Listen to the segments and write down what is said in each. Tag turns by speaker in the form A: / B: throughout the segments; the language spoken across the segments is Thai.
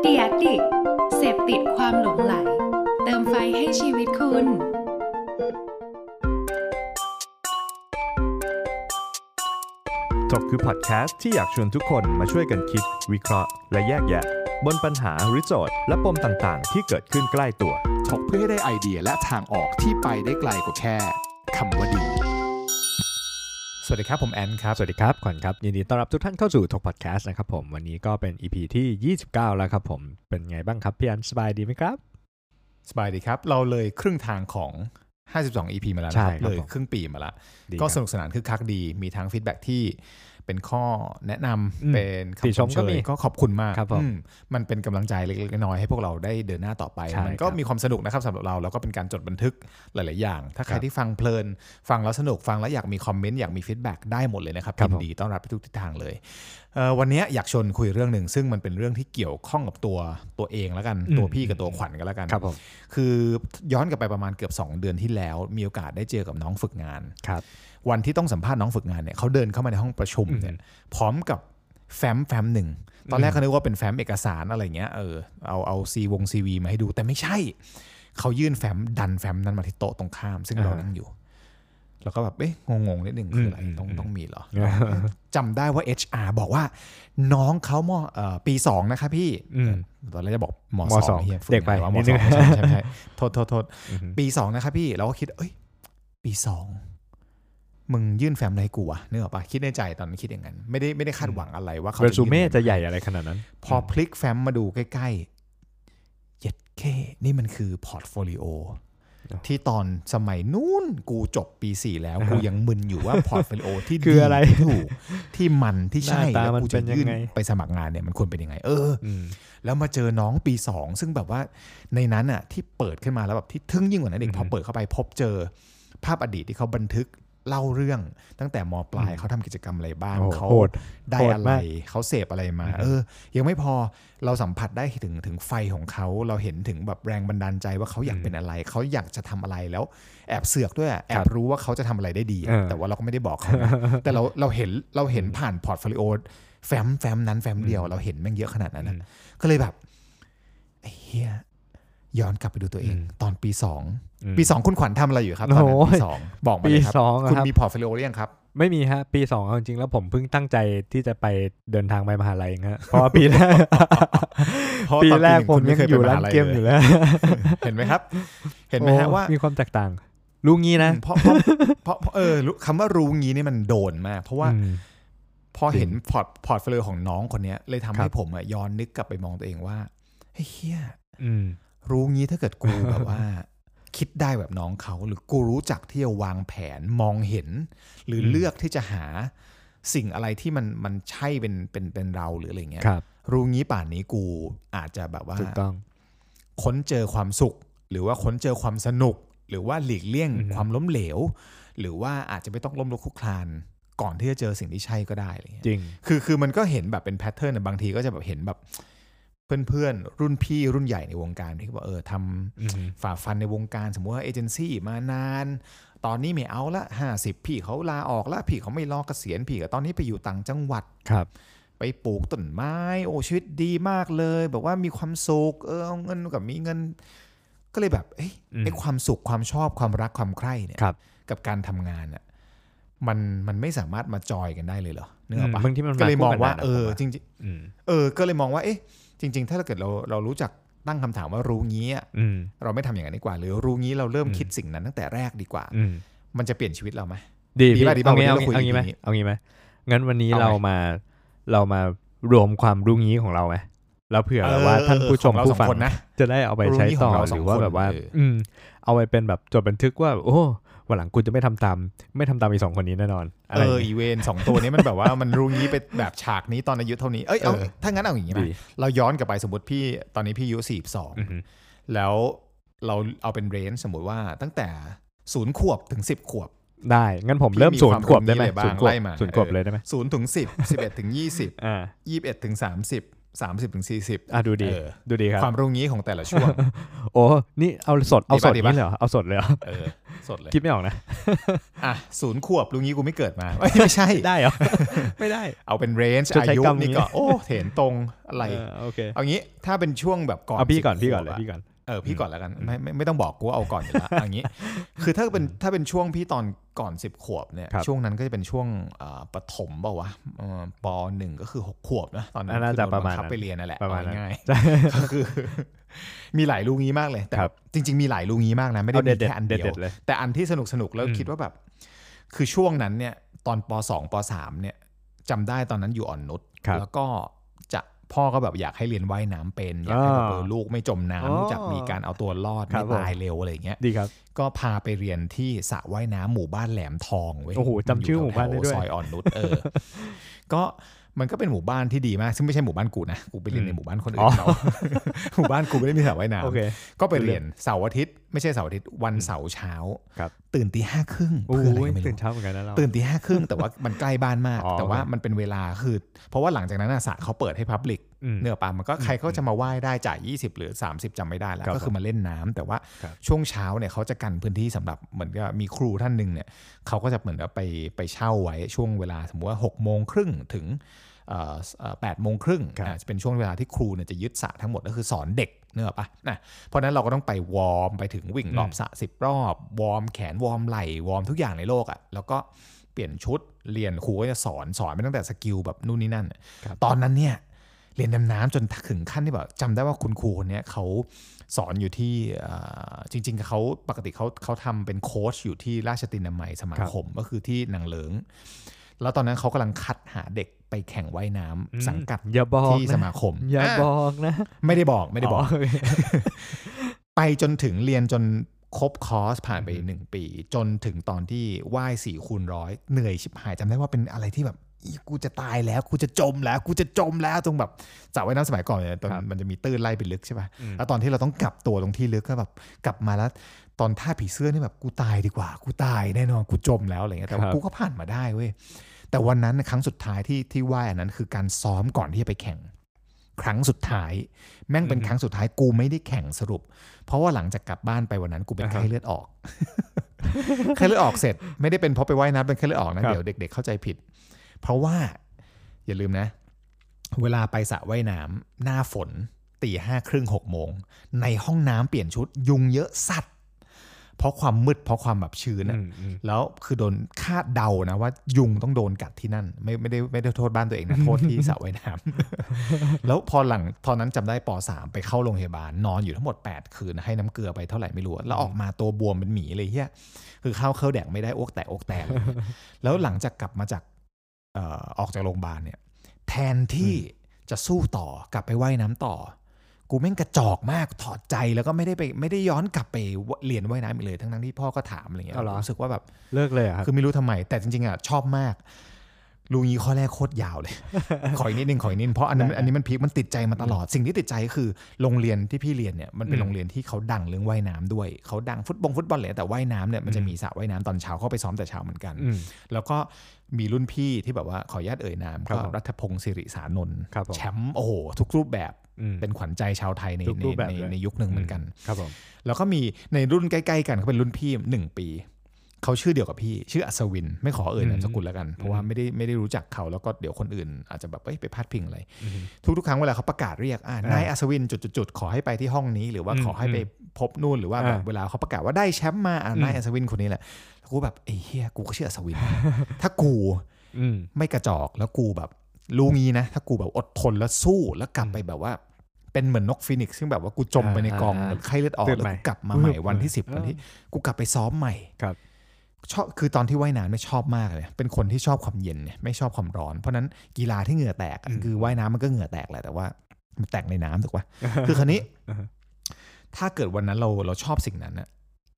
A: เดียดดิกเสพติดความหลงไหล เติมไฟให้ชีวิตคุณ
B: ถกคือพอดแคสต์ที่อยากชวนทุกคนมาช่วยกันคิด วิเคราะห์ และแยกแยะ บนปัญหาหรือโจทย์ และปมต่างๆ ที่เกิดขึ้นใกล้ตัว
C: ถกเพื่อให้ได้ไอเดียและทางออกที่ไปได้ไกลกว่าแค่คำว่าดี
D: สวัสดีครับ ผมแอนครับ สวัสดีครับขวัญครับ ยินดีต้อนรับทุกท่านเข้าสู่ทกพอดแคสต์นะครับผม วันนี้ก็เป็น EP ที่ 29 แล้วครับผม เป็นไงบ้างครับ พี่แอนสบายดีไหมครับ
C: สบายดีครับ เราเลยครึ่งทางของ 52 EP มาแล้วนะค
D: ใช่ครับ
C: รับเลย
D: ผม
C: ครึ่งปีมาละ
D: ดี
C: ก็
D: ค
C: ส
D: รับ
C: นุกสนานคึกคักดี มีทั้งฟีดแบ็กที่เป็นข้อแนะนำ
D: อืม
C: เป็นคำ
D: ติชมก็
C: เย
D: มี
C: ก็ขอบคุณมาก
D: ครับผม
C: อืมมันเป็นกำลังใจเล็กๆน้อยๆให้พวกเราได้เดินหน้าต่อไป
D: ใช่
C: มันก็
D: ครับ
C: มีความสนุกนะครับสำหรับเรา แล้วก็เป็นการจดบันทึกหลาย ๆ อย่าง ถ้าใคร
D: ครับ
C: ที่ฟังเพลิน ฟังแล้วสนุกฟังแล้วอยากมีคอมเมนต์อยากมีฟีดแบ็กได้หมดเลยนะครับ
D: ครับ
C: ยิน
D: ผม
C: ดีต้อนรับทุกทิศทางเลยเอ่อวันเนี้ยอยากชวนคุยเรื่องหนึ่งซึ่งมันเป็นเรื่องที่เกี่ยวข้องกับตัวตัวเองแล้วกันตัวพี่กับตัวขวัญกันแล้วกัน
D: ครับผม
C: คือย้อนกลับไปประมาณเกือบ 2 เดือนที่แล้ว มีโอกาสได้เจอกับน้องฝึกงาน
D: ครับ
C: วันที่ต้องสัมภาษณ์น้องฝึกงานเนี่ยเขาเดินเข้ามาในห้องประชุมเนี่ยพร้อมกับแฟ้มแฟ้มหนึ่ง ตอนแรกเขานึกว่าเป็นแฟ้มเอกสารอะไรเงี้ยเออเอาเอาซีวงซีวีมาให้ดูแต่ไม่ใช่ เขายื่นแฟ้มดันแฟ้มนั้นมาที่โต๊ะตรงข้าม ซึ่งเรา
D: อ่าฮะ
C: นั่งอยู่ แล้วก็แบบเอ๊ะงงๆนิดหนึ่งคืออะไร
D: อืม
C: ต้อง
D: อืม
C: ต้องมีเหรอ จำได้ว่า HR บอกว่า น้องเขามเออปีสองนะคะพี่
D: อืม
C: ตอนแรกจะบอกม
D: ม
C: ส
D: ส
C: อ
D: อง ง
C: หี้ยฝึ
D: เด็กไป
C: งานว่าม
D: นิด
C: ส
D: นึ
C: อง
D: ง
C: ใช่ใช่ ใช่โทษโทษโทษ
D: อือฮึ
C: ปีสองนะครับพี่เราก็คิด เอ้ย ปีสองมึงยื่นแฟ้มอะไรให้กูวะนึกออกปะคิดในใจตอนนั้นคิดอย่างนั้น ไม่ได้ไม่ได้คาดหวังอะไรว่าเขา
D: เรซูเม่
C: ยื่น
D: จะใหญ่อะไรขนาดนั้น
C: พอพลิกแฟ้มมาดูใกล้ๆเย็ดเคนี่มันคือพอร์ตโฟลิโอที่ตอนสมัยนู้นกูจบปี 4 แล้ว กูยังมึนอยู่ว่าพอร์ตโฟลิโอที่
D: คืออะไร
C: ดีที่ถู กที่มันที่ใช่
D: หน้าตา
C: แล้ว
D: มัน
C: กู
D: เป็
C: จะ
D: นยัง
C: ยื่น
D: ไง
C: ไปสมัครงานเนี่ยมันควรเป็นยังไงเออ
D: อืม
C: แล้วมาเจอน้องปี 2 ซึ่งแบบว่าในนั้นอ่ะที่เปิดขึ้นมาแล้วแบบที่ทึ่งยิ่งกว่านั้นเด็ก
D: อือ
C: พ
D: ฮึ
C: อเปิดเข้าไปพบเจอ ภาพอดีตที่เขาบันทึกเล่าเรื่อง ตั้งแต่มปลาย
D: อืม
C: เขาทำกิจกรรมอะไรบ้าง
D: โอ้โห
C: เขา
D: โหด
C: ได้
D: โหด
C: อะไร
D: มาก
C: เขาเสพอะไรมา
D: อือฮึ
C: เออ ยังไม่พอเราสัมผัสได้ถึงถึงไฟของเขาเราเห็นถึงแบบแรงบันดาลใจว่าเขาอยาก
D: อืม
C: เป็นอะไร เขาอยากจะทำอะไรแล้วแอบเสือกด้วยอะแอ
D: ครับ บ
C: รู้ว่าเขาจะทำอะไรได้ดีอะ
D: เออ
C: แต่ว่าเราก็ไม่ได้บอกเขา นะ แต่เราเราเห็นเราเห็นผ่านพอร์ตโฟลิโอแฟ้มแฟ้มนั้นแฟ้มเดียวเราเห็นแม่งเยอะขนาดนั้นนะ
D: อืม
C: ก็เลยแบบไอ้เฮียย้อนกลับไปดูตัวเอง
D: อืม
C: ตอนปีสอง
D: อืม
C: ปีสองคุณขวัญทำอะไรอยู่ครับตอนนั้น
D: โอ้ย
C: ปีสองบอกมาเลยครั
D: ปีสองอะ
C: คุณ
D: ครับ
C: มีพอร์ตโฟลิโอหรือยังครับ
D: ไม่มีฮะ ปีสองเอาจริงๆแล้วผมเพิ่งตั้งใจที่จะไปเดินทางไปมหาลัยเองฮะเพราะว่าปีแรก
C: เพราะว่า
D: ปี
C: ตอนปีหนึ่ง
D: แรกผม
C: คุณไม่
D: ยัง
C: เคย
D: อ
C: ไป
D: ยู่
C: ม
D: ร้า
C: หาน ลัย
D: เกม
C: เลย
D: อยู่แล้ว
C: เห็นไหมครับ เห็นไหมฮะ
D: โอ้
C: ว่า
D: ความแตกต่างรู้งี้นะ
C: เพราะเพราะเพราะเพราะเออรู้คำว่ารู้งี้เนี่ยมันโดนมากเพราะว่า
D: อืม
C: พอเห็นพอร์ตพอร์ตโฟลิโอของน้องคนเนี้ยเลย
D: ค
C: ทำ
D: รั
C: ให้
D: บ
C: ผมอะย้อนนึกกลับไปมองตัวเองว่าไอ้เฮีย
D: อืม
C: รู้งี้ถ้าเกิดกูแบบว่า คิดได้แบบน้องเขาหรือกูรู้จักที่จะวางแผนมองเห็น หรือ
D: ม
C: อเลือกที่จะหาสิ่งอะไรที่มันมันใช่เป็นเป็นเป็นเราหรืออะไรเงี้ย
D: ครับ
C: รู้งี้ป่านนี้กูอาจจะแบบว่า
D: ถูกต้อง
C: ค้นเจอความสุข หรือว่าค้นเจอความสนุก หรือว่าหลีกเลี่ยง
D: อืม
C: ความล้มเหลว หรือว่าอาจจะไม่ต้องล้มลุกคลุกคลาน ก่อนที่จะเจอสิ่งที่ใช่ก็ได้อะไรเงี้ย
D: จริง
C: คือคือมันก็เห็นแบบเป็นแพทเทิร์นอะบางทีก็จะแบบเห็นแบบเพื่อนๆ รุ่นพี่รุ่นใหญ่ในวงการที่บอกเออท
D: อือฮึ
C: ำฝ่าฟันในวงการสมมติว่าเอเจนซี่มานาน ตอนนี้ไม่เอาละห้าสิบพี่เขาลาออกละพี่เขาไม่รอเกษียณพี่ก็ตอนนี้ไปอยู่ต่างจังหวัด
D: ครับ
C: ไปปลูกต้นไม้ โอ้ชีวิตดีมากเลย แบบว่ามีความสุขเออเอาเงินกับมีเงิน ก็เลยแบบเอ้ย
D: อืม
C: ไอความสุขความชอบความรักความใคร่เนี่ย
D: ครับ
C: กับการทำงานอะมันมันไม่สามารถมาจอยกันได้เลยเหรอเนื้ออกปะ
D: อืมบางทีมันมา
C: ก็เลยมอง
D: คู่กัน
C: ว่า
D: ได้นะ
C: เอ
D: ผ
C: อ
D: มว่า
C: จริงๆ
D: อืม
C: เออ ก็เลยมองว่า เอ๊ะ จริง ๆ ถ้าเกิดเรา เรารู้จักตั้งคำถามว่ารู้งี้อะ
D: อืม
C: เราไม่ทำอย่างนั้นดีกว่า หรือรู้งี้เราเริ่ม
D: อืม
C: คิดสิ่งนั้นตั้งแต่แรกดีกว่า
D: อืม
C: มันจะเปลี่ยนชีวิตเราไหม
D: ดี
C: ดี
D: พี่
C: ป่ะดีป่ะ
D: เอางี้
C: วั
D: เอา
C: นนี้
D: งี้เอางี้
C: เรา
D: ไหม
C: คุย
D: เอางี้ไหมงั้นวันนี้เรามาเรามารวมความรู้งี้ของเราไหมแล้วเผื่อแบบว่าท่านผู้ชม
C: เออ
D: ผู้ฟั
C: ของเราสอค
D: ง
C: นนะ
D: จะได้เอาไปใช้ต่อ
C: รู้งี้ของเราส
D: ห
C: อ
D: รื
C: ง
D: อว่าแบบว่า
C: คนเอออื
D: อืม เอาไปเป็นแบบจดบันทึกว่า โอ้วันหลังกูจะไม่ทำตาม ไม่ทำตามอีสองคนนี้แน่นอนอะไร
C: เอ
D: อย่าง
C: อ
D: งี้
C: อีเวนสองตัวนี้มันแบบว่า มันรู้งี้ไปแบบฉากนี้ตอนอายุเท่านี้ เอ้ย เอา
D: เออ
C: ถ้างั้นเอาอย่างงี้ไหม
D: ดี
C: เราย้อนกลับไปสมมติพี่ ตอนนี้พี่อายุสี่สอง
D: ม
C: แล้วเราเอาเป็นเรนจ์สมมติว่าตั้งแต่ศูนย์ขวบถึงสิบขวบ
D: ได้ งั้นผมเริ่ม
C: พี่มี
D: ศูนย์ขวบได้ไหม
C: ความ
D: ศูนย์ข
C: รู้
D: วบ
C: ไล่มา
D: ศูนย์ขวบเลยได้ไหม
C: ศูนย์ถึงสิบสิบเอ็ดถึงยี่สิบ
D: อ่า
C: ยี่สิบเอ็ดถึงสามสิบสามสิบถึงสี่สิบ
D: อ่ะดูดี
C: เออ
D: ดูดีครับ
C: ความรู้งี้ของแต่ละช่วง
D: โอ้นี่เอาสดเอาสด
C: ดีป่ะดีป่ะ
D: นี่เหรอเอาสดเลยเหรอ
C: เออ สดเลย
D: คิดไม่ออกนะ
C: อ่ะศูนย์ขวบลุงนี้กูไม่เกิดมา ไม่ใช่
D: ได้เห รอ ไม่ได้
C: เอาเป็นเรนจ์
D: ชด
C: อา
D: ใช้
C: ยุ
D: กรรม
C: นี่ก็โอ้เห็นตรงอะไร
D: เออโอเค
C: เอางี้ถ้าเป็นช่วงแบบก่อน
D: เอาพี่ก่อน
C: 10
D: พี่ก่อนเลย
C: ขวบะ
D: พี่ก่อน
C: เออพี่ก่อนแล้วกันไม่ไม่ไม่ต้องบอกกูว่าเอาก่อนอยู่ ละเอย่างนี้ คือถ้าเป็นถ้าเป็นช่วงพี่ตอนก่อน 10 ขวบเนี่ย
D: ครับ
C: ช่วงนั้นก็จะเป็นช่วงเอ่อปฐมเปล่าวะเอ่อปหนึ่งก็คือ 6 ขวบนะตอนนั้
D: อัน
C: น
D: น่า
C: คือ
D: จะ
C: โดน
D: ประมาณ
C: บังคับ
D: นั้น
C: ไปเรียนนั่นแหละ
D: ประมาณนั้น
C: เอง่ายๆก็คือ มีหลายลูกงี้มากเลย แต่
D: ครับ
C: จริง ๆ มีหลายลูกงี้มากนะไม่ได้
D: เอา
C: มี
D: เด็ดเด็ด
C: แค่อัน
D: เด็
C: เดี
D: ด
C: ยว
D: เด็ดเลย
C: แต่อันที่สนุกสนุกๆแล้ว
D: อืม
C: คิดว่าแบบ คือช่วงนั้นเนี่ยตอนป .2 ป .3 เนี่ยจำได้ตอนนั้นอยู่อ่อนนุช
D: ครับ
C: แล้วก็จะพ่อก็แบบอยากให้เรียนว่ายน้ำเป็น อยากให้แบบเออลูกไม่จม
D: อ๋
C: น้ำ
D: อ
C: รู้จักมีการเอาตัวรอด
D: ครั
C: ไม่
D: บผม
C: ตายเร็วอะไรอย่างเงี้ย
D: ดีครับ
C: ก็พาไปเรียนที่สระว่ายน้ำหมู่บ้านแหลมทองเว้ย
D: โอ้โหจำชื่อหมู่บ้านได้ด้วย
C: อแถๆซอยอ่อนนุชเออ ก็มันก็เป็นหมู่บ้านที่ดีมาก ซึ่งไม่ใช่หมู่บ้านกูนะกูไปเรียน
D: อื
C: ใน
D: ม
C: หมู่บ้านคน
D: อ๋
C: อื่
D: อ
C: นเขาหมู่บ้านกูไม่ได้มีสระว่ายน้ำ
D: โอเค
C: ก็ไปเรียนเสาร์อาทิตย์ไม่ใช่เสาร์อาทิตย์วันเสาร์เช้า
D: ครับ
C: ตื่นตีห้าครึ่ง
D: โอ้
C: เพื่ออะไร
D: ย
C: ก็ไม่
D: ตื่น
C: รู้
D: เช้าเหมือนกันนะเรา
C: ตื่นตีห้าครึ่งแต่ว่ามันใกล้บ้านมาก
D: อ๋อ
C: แต่ว่า
D: โอเค
C: มันเป็นเวลาคือ เพราะว่าหลังจากนั้นน่ะสระเขาเปิดให้พับลิก
D: ม
C: เนื้อปลามันก็ใครเขาจะมาว่ายได้จ่าย 20 หรือ 30จำไม่ได้แล้ว
D: ครับ
C: ก็คือมาเล่นน้ำแต่ว่า
D: ครับ
C: ช่วงเช้าเนี่ยเขาจะกันพื้นที่สำหรับเหมือนกับมีครูท่านหนึ่งเนี่ยเขาก็จะเหมือนกับไปไปเช่าไว้ช่วงเวลาสมมติว่า6กโมงครึ่งถึงเอ่อเอ่อแปดโมงครึ่งอ่าจะเป็นช่วงเวลาที่ครูเนี่ยจะยึดสระทั้งหมดก็คือสอนเด็กเนื้ออกปะนะ เพราะฉะนั้นเราก็ต้องไปวอร์มไปถึงวิ่งรอบสระสิบรอบ วอร์มแขนวอร์มไหล่วอร์มทุกอย่างในโลกอะ่ะแล้วก็เปลี่ยนชุดเรียนครูก็จะสอนสอนไปตั้งแต่สกิลแบบนู่นนี่นั่นอะ
D: ครับ
C: ตอนนั้นเนี่ยเรียนดำน้ำจนถึงขั้นที่แบบจำได้ว่าคุณครูคนเนี้ยเขาสอนอยู่ที่เอ่อจริงๆเขาปกติเขาเขาทำเป็นโค้ชอยู่ที่ราชตินามัยสมาคมก็คือที่นางเหลิง แล้วตอนนั้นเขากำลังคัดหาเด็กไปแข่งว่ายน้
D: อืม
C: ำสังกัด
D: อย่าบอก
C: ที่
D: นะ
C: สมาคม
D: อย่า
C: ะ
D: บอกนะ
C: ไม่ได้บอกไม่ได้บอก
D: โเค
C: ไปจนถึงเรียนจนครบคอร์สผ่านไปหนึ่งปี จนถึงตอนที่ว่ายสี่คูณร้อยเหนื่อยชิบหายจำได้ว่าเป็นอะไรที่แบบอีกูจะตายแล้วกูจะจมแล้วกูจะจมแล้วตรงแบบสระว่ายน้ำสมัยก่อนเนี่ยตอน
D: ครับ
C: มันจะมีตื้นไล่ไปลึกใช่ป่ะ
D: อืม
C: แล้วตอนที่เราต้องกลับตัวตรงที่ลึกก็แบบกลับมาแล้ว ตอนท่าผีเสื้อนี่แบบกูตายดีกว่า กูตายแน่นอนกูจมแล้วอะไรเงี้ยแต่ว่ากูก็ผ่านมาได้เว้ยแต่วันนั้นครั้งสุดท้ายที่ที่ว่ายอันนั้นคือการซ้อมก่อนที่จะไปแข่ง ครั้งสุดท้าย แม่งเป็นครั้งสุดท้ายกูไม่ได้แข่งสรุป เพราะว่าหลังจากกลับบ้านไปวันนั้นกูเป็น
D: อ่าฮะ
C: ไข้เลือดออก ไข้เลือดออกเสร็จ ไม่ได้เป็นเพราะไปว่ายน้ำเป็นไข้เลือดออกนะครับ เดี๋ยวเด็ก ๆ เข้าใจผิด เพราะว่าอย่าลืมนะ เวลาไปสระว่ายน้ำหน้าฝนตีห้าครึ่งหกโมง ในห้องน้ำเปลี่ยนชุดยุงเยอะสัตว์ เพราะความมืดเพราะความแบบชื้น
D: อื
C: อะ
D: มอืม
C: แล้วคือโดนคาดเดานะว่ายุงต้องโดนกัดที่นั่น ไม่ไม่ได้ไม่ได้โทษบ้านตัวเองนะ โทษที่สระว่ายน้ำ แล้วพอหลังตอนนั้นจำได้ป .3 ไปเข้าโรงพยาบาล นอนอยู่ทั้งหมด 8 คืน ให้น้ำเกลือไปเท่าไหร่ไม่รู้ แล้วออกมาตัวบวมเป็นหมีเลยเฮียคือเข้าเข้าแดกไม่ได้อ้วกแตกอ้วกแตกเลย เนี่ยแล้วหลังจากกลับมาจากเอ่อออกจากโรงพยาบาลเนี่ย แทนที่จะสู้ต่อกลับไปว่ายน้ำต่อ กูแม่งกระจอกมากถอดใจแล้วก็ไม่ได้ไปไม่ได้ย้อนกลับไปเรียนว่ายน้ำอีกเลยทั้งนั้นที่พ่อก็ถามอะไรเงี้ย
D: เอาเหรอ
C: รู้สึกว่าแบบ
D: เลิกเลยเหรอครับ
C: คือไม่รู้ทำไม แต่จริงๆอ่ะชอบมาก ลุงยีข้อแรกโคตรยาวเลย ขออีกนิดนึงขออีกนิดนึงเพราะอันนั้น
D: ได้ได้
C: อันนี้มันพีคมันติดใจมาตลอด สิ่งที่ติดใจก็คือโรงเรียนที่พี่เรียนเนี่ยมันเป็
D: อื
C: น
D: ม
C: โรงเรียนที่เขาดังเรื่องว่ายน้ำด้วยเขาดังฟุตบอลฟุตบอลเลยแต่ว่ายน้ำเนี่ยมันจะ
D: อืม
C: มีสระว่ายน้ำตอนเช้าเข้าไปซ้อมแต่เช้าเหมือนกัน
D: อืม
C: แล้วก็มีรุ่นพี่ที่แบบว่าขออนุญาตเอ่ยนาม
D: ครั
C: ก็
D: บผม
C: รัฐพงศ์สิริสานนท์
D: ครับผม
C: แชมป์โอ้โหทุกรูปแบบ
D: อืม
C: เป็นขวัญใจชาวไทยใน
D: ทุก
C: ใน
D: รูปแบบ
C: ใน
D: เลย
C: ในยุคหนึ่งเหมือนกัน
D: ครับผม
C: แล้วก็มีในรุ่นใกล้ๆกันเขาเป็นรุ่นพี่หนึ่งปี เขาชื่อเดียวกับพี่ ชื่ออัศวิน ไม่ขอเอ่ยนามสกุลแล้วกัน เพราะว่าไม่ได้ไม่ได้รู้จักเขาแล้วก็เดี๋ยวคนอื่นอาจจะแบบเอ้ยไปพาดพิงอะไร
D: อืม
C: ทุกๆครั้งเวลาเขาประกาศเรียกอ่ะนายอัศวินจุดๆๆขอให้ไปที่ห้องนี้หรือว่า
D: อืม
C: ขอให้ไปพบนู่นหรือว่าแบบ
D: อ่า
C: เวลาเขาประกาศว่าได้แชมป์มาอ่ะนายอัศวินคนนี้แหละแล้วกูแบบไอ้เฮียกูก็ชื่ออัศวิน ถ้ากู
D: อืม
C: ไม่กระจอกแล้วกูแบบรู้งี้นะ ถ้ากูแบบอดทนแล้วสู้แล้วกลับไปแบบว่า เป็นเหมือนนกฟินิกซ์ซึ่งแบบว่ากูจมไปในกอง
D: อ่า
C: เหมือนไข้เลือดออก
D: ตื่
C: แล้
D: น
C: ว
D: ใหม่
C: กูกลับมาใหม่
D: ปึ๊บ
C: วันที่
D: เออ
C: สิบวันที่กูกลับไปซ้อมใหม่
D: ครับ
C: ชอบคือตอนที่ว่ายน้ำไม่ยชอบมากเลย เป็นคนที่ชอบความเย็นเนี่ยไม่ชอบความร้อน เพราะฉะนั้นกีฬาที่เหงื่อแตกอะ
D: อืม
C: คือว่ายน้ำมันก็เหงื่อแตกแหละแต่ว่ามันแตกในน้ำถูกปะ คือคันนี้ ถ้าเกิดวันนั้นเราเราชอบสิ่งนั้นอะ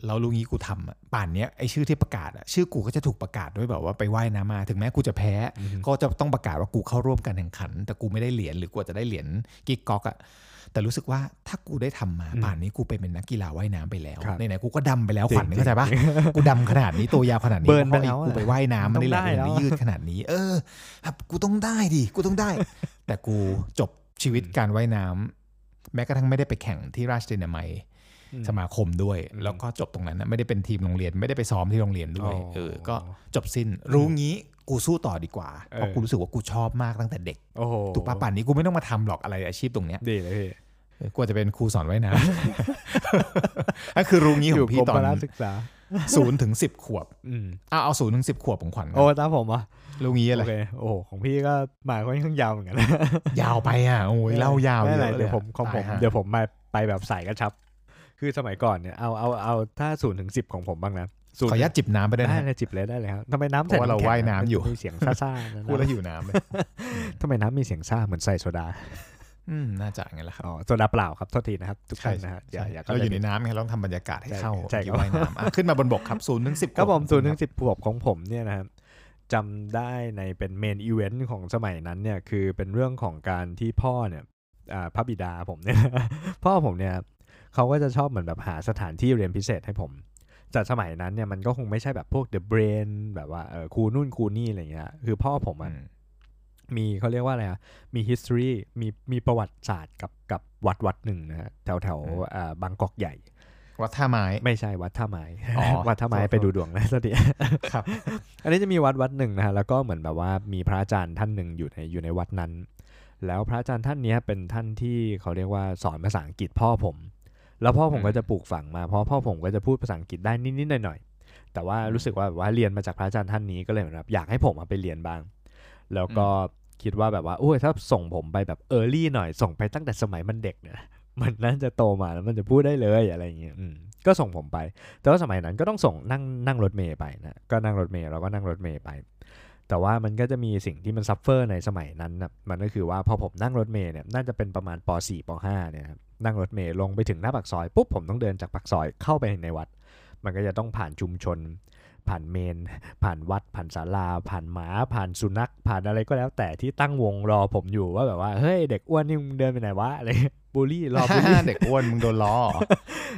C: เรารู้งี้กูทำอะป่านเนี้ยไอชื่อที่ประกาศอะชื่อกูก็จะถูกประกาศด้วยแบบว่าไปว่ายน้ำมา ถึงแม้กูจะแพ้
D: อืม
C: ก็จะต้องประกาศว่ากูเข้าร่วมการแข่งขัน แต่กูไม่ได้เหรียญหรือกว่าจะได้เหรียญกิ๊กก๊อกอะแต่รู้สึกว่าถ้ากูได้ทำมา
D: อืม
C: ป่านนี้กูไปเป็นนักกีฬาว่ายน้ำไปแล้ว
D: ครับ
C: ไหนๆกูก็ดำไปแล้ว
D: จริง
C: ขวัญเข้าใจปะกูดำขนาดนี้ตัวยาวขนาดนี้
D: เบิร์นไป
C: พราะ
D: แล้วอะ
C: กูไปว่ายน้ำมันนี่แหละ
D: ต้องได้
C: ถึง
D: แล้ว
C: ได้
D: อะ
C: ยืดขนาดนี้ เออแบบกูต้องได้ดิกูต้องได้ แต่กูจบชีวิตการว่ายน้ำแม้กระทั่งไม่ได้ไปแข่งที่ราชดินามัย สมาคมด้วย แล้วก็จบตรงนั้นนะไม่ได้เป็นทีมโรงเรียน ไม่ได้ไปซ้อมที่โรงเรียนด้วย
D: อ๋อ
C: เออก็จบสิ้น รู้งี้กูสู้ต่อดีกว่าเพราะ
D: เออ
C: กูรู้สึกว่ากูชอบมากตั้งแต่เด็ก
D: โอ้โห
C: ถูกปะป่านนี้กูไม่ต้องมาทำหรอกอะไรอาชีพตรงเนี้ย
D: ดีเลยพี่
C: เออกลัวจะเป็นครูสอนว่ายน้ำ นั่นคือรู้งี้ของพี่
D: กรม
C: ตอ
D: พ
C: น
D: ละศึกษา
C: ศูนย์ถึงสิบขวบ
D: อืม
C: เอาเอาศูนย์ถึงสิบขวบของขวัญก่
D: โอ้
C: อน
D: ตามผมเหรอ่ะ
C: รู้งี้อะไร
D: โอเคโอ้โหของพี่ก็มาค่อนข้างยาวเหมือนกันนะ
C: ยาวไปอ่ะโอ้ยเล่ายาว
D: ไม่เป็
C: เย
D: นไร
C: อะเล
D: เดี๋ย
C: ยว
D: ผมของผม
C: ตายฮะ
D: เดี๋ยวผมมาไปแบบสายกระชับ คือสมัยก่อนเนี่ยเอาเอาเอาถ้าศูนย์ถึงสิบของผมบ้างนะ
C: ขออนุญาตจิบน้ำไปได้วยนะ
D: ได้
C: ฮะ
D: เลยจิบเลยได้เลยครับทำไมน้ำ
C: เพราะว่าเรา
D: ใส่
C: ว่ายน้ำอยู่
D: มีเสียงซ่า ๆนะ
C: พูดแล้วหิวน้ำเลย
D: ทำไมน้ำมีเสียงซ่าเหมือนใส่โซดา
C: อืมน่าจะงั้นแหละครับ
D: อ๋อโซดาเปล่าครับโทษทีนะครับ ทุกท่านนะฮะอย่า
C: ใช่
D: อย่าเข้า
C: เรา
D: ใจ
C: อยู่ใน
D: ผิด
C: น้ำไงเราต้องทำบรรยากาศให้
D: ใช่
C: เข้า
D: ใช่ค
C: ที่
D: รับ
C: ว่ายน้ำอ่ะขึ้นมาบนบกครับศูนย์ถึงสิบ
D: ครับผมศูนย์ถึงสิบขวบของผมเนี่ยนะครับจำได้ในเป็นเมนอีเวนต์ของสมัยนั้นเนี่ยคือเป็นเรื่องของการที่พ่อเนี่ยอ่าพระบิดาผมเนี่ย พ่อผมเนี่ยเขาก็จะชอบเหมือนแบบหาสถานที่เรียนพิเศษให้ผมแต่สมัยนั้นเนี่ยมันก็คงไม่ใช่แบบพวก The Brain แบบว่าเออครูนู่นครูนี่อะไรเงี้ยคือพ่อผม
C: อื
D: อะ
C: ม
D: มีเขาเรียกว่าอะไรอะมี history มีมีประวัติศาสตร์กับกับวัดวัดหนึ่งนะฮะแถวแถวๆอ่าบางกอกใหญ่
C: วัดท่าไม้
D: ไม่ใช่วัดท่าไม้
C: อ๋อ
D: วัดท่าไม้ไปดูดวงนะส ติ
C: ครับ
D: อันนี้จะมีวัดวัดหนึ่งนะฮะแล้วก็เหมือนแบบว่ามีพระอาจารย์ท่านหนึ่งอยู่ในอยู่ในวัดนั้น แล้วพระอาจารย์ท่านเนี้ยเป็นท่านที่เขาเรียกว่าสอนภาษาอังกฤษพ่อผม แล้วพ่อผมก็จะปลูกฝังมาเพราะพ่อผมก็จะพูดภาษาอังกฤษได้นิดๆหน่อยๆแต่ว่ารู้สึกว่าแบบว่าเรียนมาจากพระอาจารย์ท่านนี้ก็เลยเหมือนแบบอยากให้ผมมาไปเรียนบ้าง แล้วก็คิดว่าแบบว่าโอ้ยถ้าส่งผมไปแบบเออร์ลี่หน่อยส่งไปตั้งแต่สมัยมันเด็กเนี่ย มันน่าจะโตมาแล้วมันจะพูดได้เลยอะไรอย่างเงี้ยอืมก็ส่งผมไป แต่ว่าสมัยนั้นก็ต้องส่งนั่งนั่งรถเมย์ไปนะก็นั่งรถเมย์เราก็นั่งรถเมย์ไป แต่ว่ามันก็จะมีสิ่งที่มันซัฟเฟอร์ในสมัยนั้นนะมันก็คือว่าพอผมนั่งรถเมย์เนี่ยน่าจะเป็นประมาณป .4 ป .5 เนี่ยครับนั่งรถเมย์ลงไปถึงหน้าปากซอยปุ๊บผมต้องเดินจากปากซอยเข้าไปในวัด มันก็จะต้องผ่านชุมชน ผ่านเมน ผ่านวัด ผ่านศาลา ผ่านหมา ผ่านสุนัข ผ่านอะไรก็แล้วแต่ที่ตั้งวงรอผมอยู่ว่าแบบว่าเฮ้ยเด็กอ้วนนี่มึงเดินไปไหนวะอะไรเงี้ยบูลลี่รอบูลลี่
C: เด็กอ้วนมึงโดนล้อเหรอ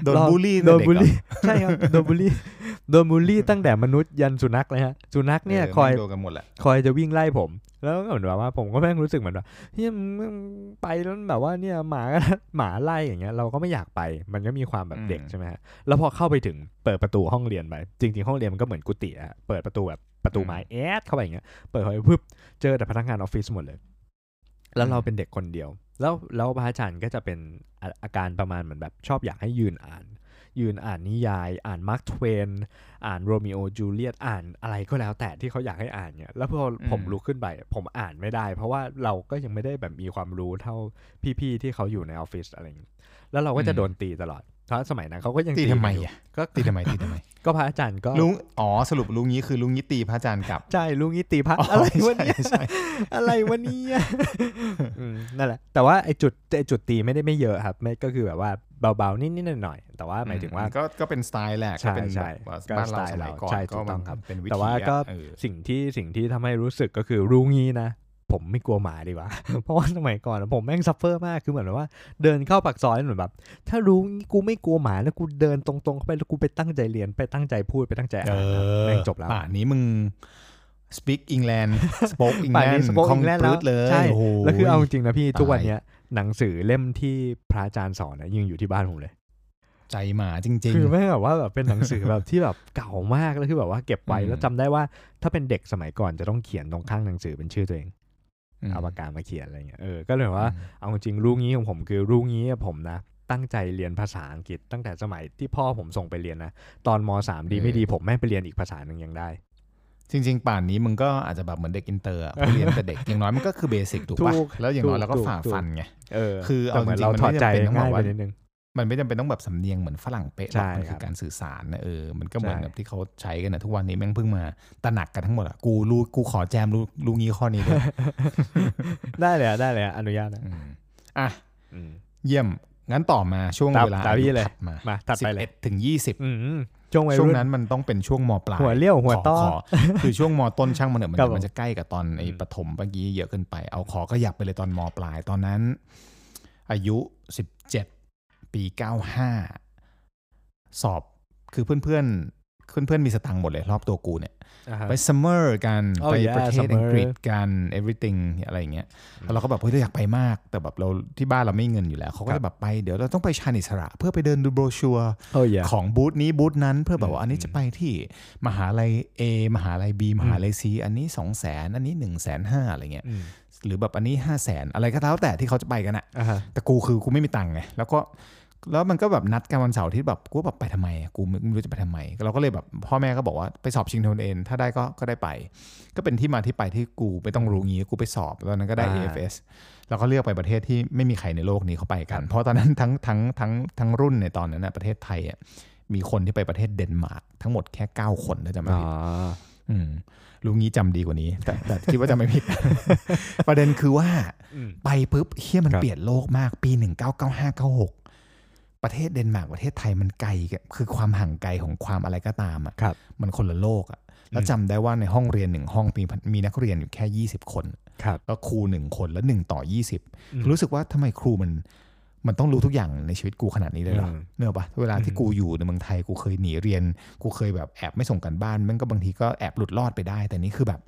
C: โดน
D: รอ
C: บูลลี่
D: โดน
C: ตั้งแต่เก
D: บูล
C: เหรอ
D: ลี่ใช่ ครับโดนบูลลี่โดนบูลลี่ตั้งแต่มนุษย์ยันสุนัขเลยฮะสุนัขเนี่ย
C: แม่ง
D: คอย
C: โดนกันหมดแหละ
D: คอยจะวิ่งไล่ผม แล้วก็เหมือนแบบว่าผมก็แม่งรู้สึกเหมือนว่าเฮ้ยมึงไปแล้วแบบว่าเนี่ยหมา หมาไล่อย่างเงี้ ยเราก็ไม่อยากไปมันก็มีความแบบเด็กใช่ไหมฮะแล้วพอเข้าไปถึงเปิดประตูห้องเรียนไปจริงๆห้องเรียนมันก็เหมือนกุฏิอะเปิดประตูแบบประตูไม้แอดเข้าไปอย่างเงี้ยเปิดเข้าไปปุ๊บเจอแต่พนักงานออฟฟิศหมดเลย แล้วเราเป็นเด็กคนเดียว แล้วแล้วพระอาจารย์ก็จะเป็นอาอาการประมาณเหมือนแบบชอบอยากให้ยืนอ่าน ยืนอ่านนิยาย อ่านมาร์กทเวนอ่านโรมิโอจูเลียตอ่านอะไรก็แล้วแต่ที่เขาอยากให้อ่านเนี่ยแล้วพอผม
C: อืม
D: ลุกขึ้นไปผมอ่านไม่ได้ เพราะว่าเราก็ยังไม่ได้แบบมีความรู้เท่าพี่ๆที่เขาอยู่ในออฟฟิศอะไรอย่างงี้แล้วเราก็จะโดนตีตลอดเพราะสมัยนั้นเขาก็ยัง
C: ตี
D: กัน
C: ทำไม
D: อยู่
C: อ่ะ
D: ก็
C: ตีทำไมตีทำไม
D: ก็พระอาจารย์ก็
C: ลุงอ๋อสรุปลุงงี้คือลุงงี้ตีพระอาจารย์กลับ
D: ใช่ลุงนิติพัฒน์อะไรวะเนี่ย
C: ใช่ใช่
D: อะไรวะเนี่ยอืมนั่นแหละ แต่ว่าไอ้จุดไอ้จุดตีไม่ได้ไม่เยอะครับ ไม่ก็คือแบบว่าเบาๆนิดๆหน่อยๆแต่ว่าหมายถึงว่า
C: ก็ก็เป็นสไตล์แหละ
D: ใช่
C: ก็เป็น
D: ใช่
C: แบบว่าบ้าน
D: ก็ส
C: เราส
D: ไตล์
C: มั
D: เรา
C: ยก่อน
D: ใช่
C: ก็
D: ถูกต้อง
C: มัน
D: ครับ
C: เป็นวิธี
D: แต่ว่าก็
C: อะเออ
D: สิ่งที่สิ่งที่ทำให้รู้สึกก็คือรู้งี้นะ ผมไม่กลัวหมาดีกว่า เพราะว่าสมัยก่อนอะผมแม่งซัฟเฟอร์มากคือเหมือนแบบว่าเดินเข้าปากซอยเหมือนแบบ ถ้ารู้งี้กูไม่กลัวหมาแล้วกูเดินตรงๆเข้าไปแล้วกูไปตั้งใจเรียนไปตั้งใจพูดไปตั้งใจ
C: เอ
D: อ่านนะ
C: อ
D: แม่งจบแล้ว
C: ป่านนี้มึง speak England spoke
D: ป่าน
C: England
D: นี้สปอค
C: คอม
D: งแลนด์
C: พ
D: แล้
C: ลี
D: ว
C: ทเลย
D: ใช่
C: โโห
D: แล้วคือเอาจริงนะพี่
C: ตาย
D: ทุกวันเนี้ยหนังสือเล่มที่พระอาจารย์สอนนะยังอยู่ที่บ้านผมเลย
C: ใจหมาจริง
D: คือแม่งแบบว่าแบบเป็นหนังสือ แบบที่แบบเก่ามากแล้วคือแบบว่าเก็บไว้
C: อืม
D: แล้วจำได้ว่าถ้าเป็นเด็กสมัยก่อนจะต้องเขียนตรงข้างหนังสือเป็นชื่อตัวเอง
C: ๆม
D: เอาปากกามาเขียนอะไรเงี้ยเออก็เลยแบบว่าเอาจริงรู้งี้ของผมคือรู้งี้ผมนะ ตั้งใจเรียนภาษาอังกฤษตั้งแต่สมัยที่พ่อผมส่งไปเรียนนะตอนมสามดีไม่ดีผมแม่งไปเรียนอีกภาษาหนึ่งยังได้
C: จริงๆ ป่านนี้มึงก็อาจจะแบบเหมือนเด็กอินเตอร์อะ พอเรียนแต่เด็กอย่างน้อยมันก็คือเบสิกถูกป่ะ
D: ถูก
C: แล้วอย่างน้อยเราก็
D: ถูก
C: ฝ่า
D: ถูก
C: ฟันไง
D: เออ
C: คือเอา
D: แต่เหมือน
C: จริงๆ
D: เรา
C: มัน
D: ถอด
C: ไม่
D: ใจ
C: จำเป็นต้องบอก
D: ง่ายไป
C: ว่า
D: นิดนึง
C: มันไม่จำเป็นต้องแบบสำเนียงเหมือนฝรั่งเป๊ะหร
D: ใช่
C: อกมัน
D: ครั
C: คื
D: บ
C: อการสื่อสารนะเออมันก็
D: ใช่
C: เหมือนกับที่เขาใช้กันนะทุกวันนี้แม่งเพิ่งมาตระหนักกันทั้งหมดอะกูรู้กูขอแจมรู้รู้งี้ข้อนี้ด้วย
D: ได้เลยอะได้เลยอะอนุญาตนะ
C: อืมอ่ะ
D: อืม
C: เยี่ยม งั้นต่อมาช่วง
D: ตาม
C: เวลา
D: ตามพี่เลย
C: ถัดมา
D: มาถัด
C: สิ
D: ไป
C: บ
D: เล
C: เอ็
D: ย
C: ดถึงยี่สิบ
D: อืมช่วงวัย
C: ช่วง
D: รุ่น
C: นั้นมันต้องเป็นช่วงมปลาย
D: หัวเลี้ยวหัว
C: ขอ
D: ต้อ
C: ขอคือช่วงมต้นช่างมันเถอะมัน
D: ครับผม
C: มันจะใกล้กับตอนไอ้ปฐมเมื่อกี้เยอะเกินไปเอาขอขยับไปเลยตอนมปลายตอนนั้น อายุ 17 ปี 95 สอบคือเพื่อนๆ เพื่อนๆมีสตังค์หมดเลยรอบตัวกูเนี่ย
D: อ่าฮะ
C: ไปซัมเมอร์กัน
D: Oh
C: ไป
D: yeah,
C: ประเทศ
D: summer
C: อังกฤษกัน everything อะไรอย่างเงี้ยแล้วเราก็แบบเฮ้ยเราอยากไปมาก แต่แบบเราที่บ้านเราไม่มีเงินอยู่แล้วเขาก็จะแบบไปเดี๋ยวเราต้องไปชาญอิสระ เพื่อไปเดินดูโบรชัวร์
D: โอ้ยอ่ะ
C: ของบูธนี้บูธนั้นเพื่อแบบว่าอันนี้จะไปที่มหาลัย A มหาลัย B มหาลัย C อันนี้ 2 0 0แสนอันนี้1นึ่งแสนห้าอะไรเงี้ย
D: อืม
C: หรือแบบอันนี้ 5 0 0แสนอะไรก็แล้วแต่ที่เขาจะไปกันอะ
D: อ่าฮะ
C: แต่กูคือกูไม่มีตังค์ไงแล้วก็แล้วมันก็แบบนัดกันวันเสาร์อาที่แบบกูแบบไปทำไมอะกูไม่รู้จะไปทำไม เราก็เลยแบบพ่อแม่ก็บอกว่าไปสอบชิงทุนเองถ้าได้ก็ก็ได้ไป ก็เป็นที่มาที่ไปที่กูไม่ต้องรู้งี้กูไปสอบตอนนั้นก็ได้
D: อ่า
C: AFS แล้วก็เลือกไปประเทศที่ไม่มีใครในโลกนี้เขาไปกัน เพราะตอนนั้นทั้งทั้งทั้งทั้งรุ่นในตอนนั้นนะประเทศไทยอ่ะมีคนที่ไปประเทศเดนมาร์กทั้งหมดแค่ 9 คนถ้าจำไม่
D: อ๋อ
C: ผิดอืมรู้งี้จำดีกว่านี้ แต่แต่คิดว่าจะไม่ผิด ประเด็นคือว่า
D: อืม
C: ไปปุ๊บเฮียมัน
D: ครับ
C: เปลี่ยนโลกมากปี 1995-96 ประเทศเดนมาร์กประเทศไทยมันไกลกับคือความห่างไกลของความอะไรก็ตามอ่ะ
D: ครับ
C: มันคนละโลกอะแล้วจำได้ว่าในห้องเรียนหนึ่งห้องมีมีนักเรียนอยู่แค่ 20 คน
D: ครับ
C: ก็ครูหนึ่งคนแล้วหนึ่งต่อ
D: อืม
C: 20 รู้สึกว่าทำไมครูมัน มันต้องรู้ทุกอย่างในชีวิตกูขนาดนี้เลยเหรอ
D: อืม
C: เนกอะปะเวลาที่กูอยู่ในเมืองไทยกูเคยหนีเรียน กูเคยแบบแอบไม่ส่งกันบ้านมันก็บางทีก็แอบหลุดรอดไปได้ แต่นี่คือแบบ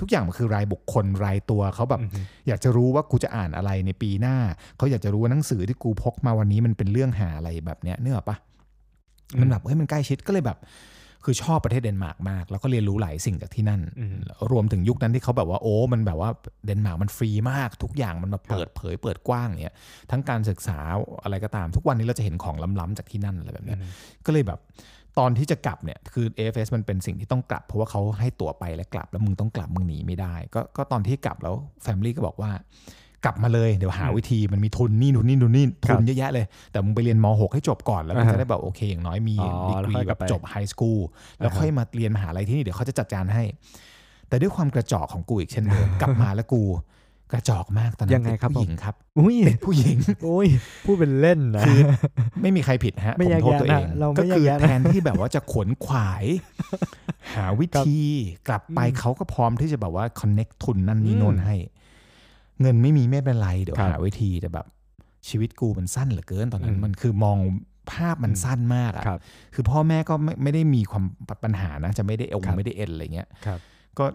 C: ทุกอย่างมันคือรายบุคคลรายตัวเขาแบบ
D: อือฮึ
C: อยากจะรู้ว่ากูจะอ่านอะไรในปีหน้าเขาอยากจะรู้ว่าหนังสือที่กูพกมาวันนี้มันเป็นเรื่องหาอะไรแบบเนี้ยเนกอะปะ มันแบบเฮ้ยมันใกล้ชิดก็เลยแบบ คือชอบประเทศเดนมาร์กมาก แล้วก็เรียนรู้หลายสิ่งจากที่นั่น
D: อืม
C: รวมถึงยุคนั้นที่เขาแบบว่าโอ้ มันแบบว่าเดนมาร์กมันฟรีมาก ทุกอย่างมันมาเปิดเผยเปิดกว้างเนี่ยทั้งการศึกษาอะไรก็ตามทุกวันนี้เราจะเห็นของล้ำๆจากที่นั่นอะไรแบบเนี้ย
D: อืม
C: ก็เลยแบบตอนที่จะกลับเนี่ยคือ AFS มันเป็นสิ่งที่ต้องกลับ เพราะว่าเขาให้ตั๋วไปและกลับ แล้วมึงต้องกลับมึงหนีไม่ได้ก็ก็ตอนที่กลับแล้วแฟมิลี่ก็บอกว่า กลับมาเลยเดี๋ยวหาวิธีมันมีทุนนี่ทุนนี่ทุนนี่
D: ครั
C: ทุ
D: บ
C: นเยอะแยะเลย แต่มึงไปเรียนม .6 ให้จบก่อนแล้วมึง
D: อ่าฮะ
C: จะได้แบบโอเคอย่างน้อยมี
D: อ๋
C: ดี
D: อก แล้ว
C: รี
D: ค่อยก
C: แบ
D: ลั
C: บบ
D: ไป
C: จบไฮสคูลแล้วค่อยมาเรียนมหาลัยที่นี่ เดี๋ยวเขาจะจัดการให้ แต่ด้วยความกระจอกของกูอีกเช่นเดิม กลับมาแล้วกู กระจอกมากตอนนั้น
D: ยังไงครับ
C: เป็นผู้หญิงครับ
D: อุ้ย
C: เป็นผู้หญิง
D: โอ้ยพูดเป็นเล่นนะ
C: คือไม่มีใครผิดฮะ
D: ไม่
C: ผม
D: แยก
C: โทษตัวเอ
D: แยะ
C: ง
D: นะเราไม่
C: ก็คือ
D: แยกแยะนะ
C: แทนที่แบบว่าจะขวนขวาย หาวิธีกลับไปเขาก็พร้อมที่จะแบบว่า connect ทุนนั่นนี่โน่นให้ เงินไม่มีไม่เป็นไร เดี๋ยว
D: ครับ
C: หาวิธีแต่แบบ ชีวิตกูมันสั้นเหลือเกินตอนนั้
D: อืม
C: นมันคือมองภาพมัน
D: อืม
C: สั้นมากอะ
D: ครับ
C: คือพ่อแม่ก็ไม่ไม่ได้มีความปัญหานะ จะไม่ได้เอว
D: ครับ
C: ไม่ได้เอ็นอะไรเงี้ย
D: ครับ
C: ก็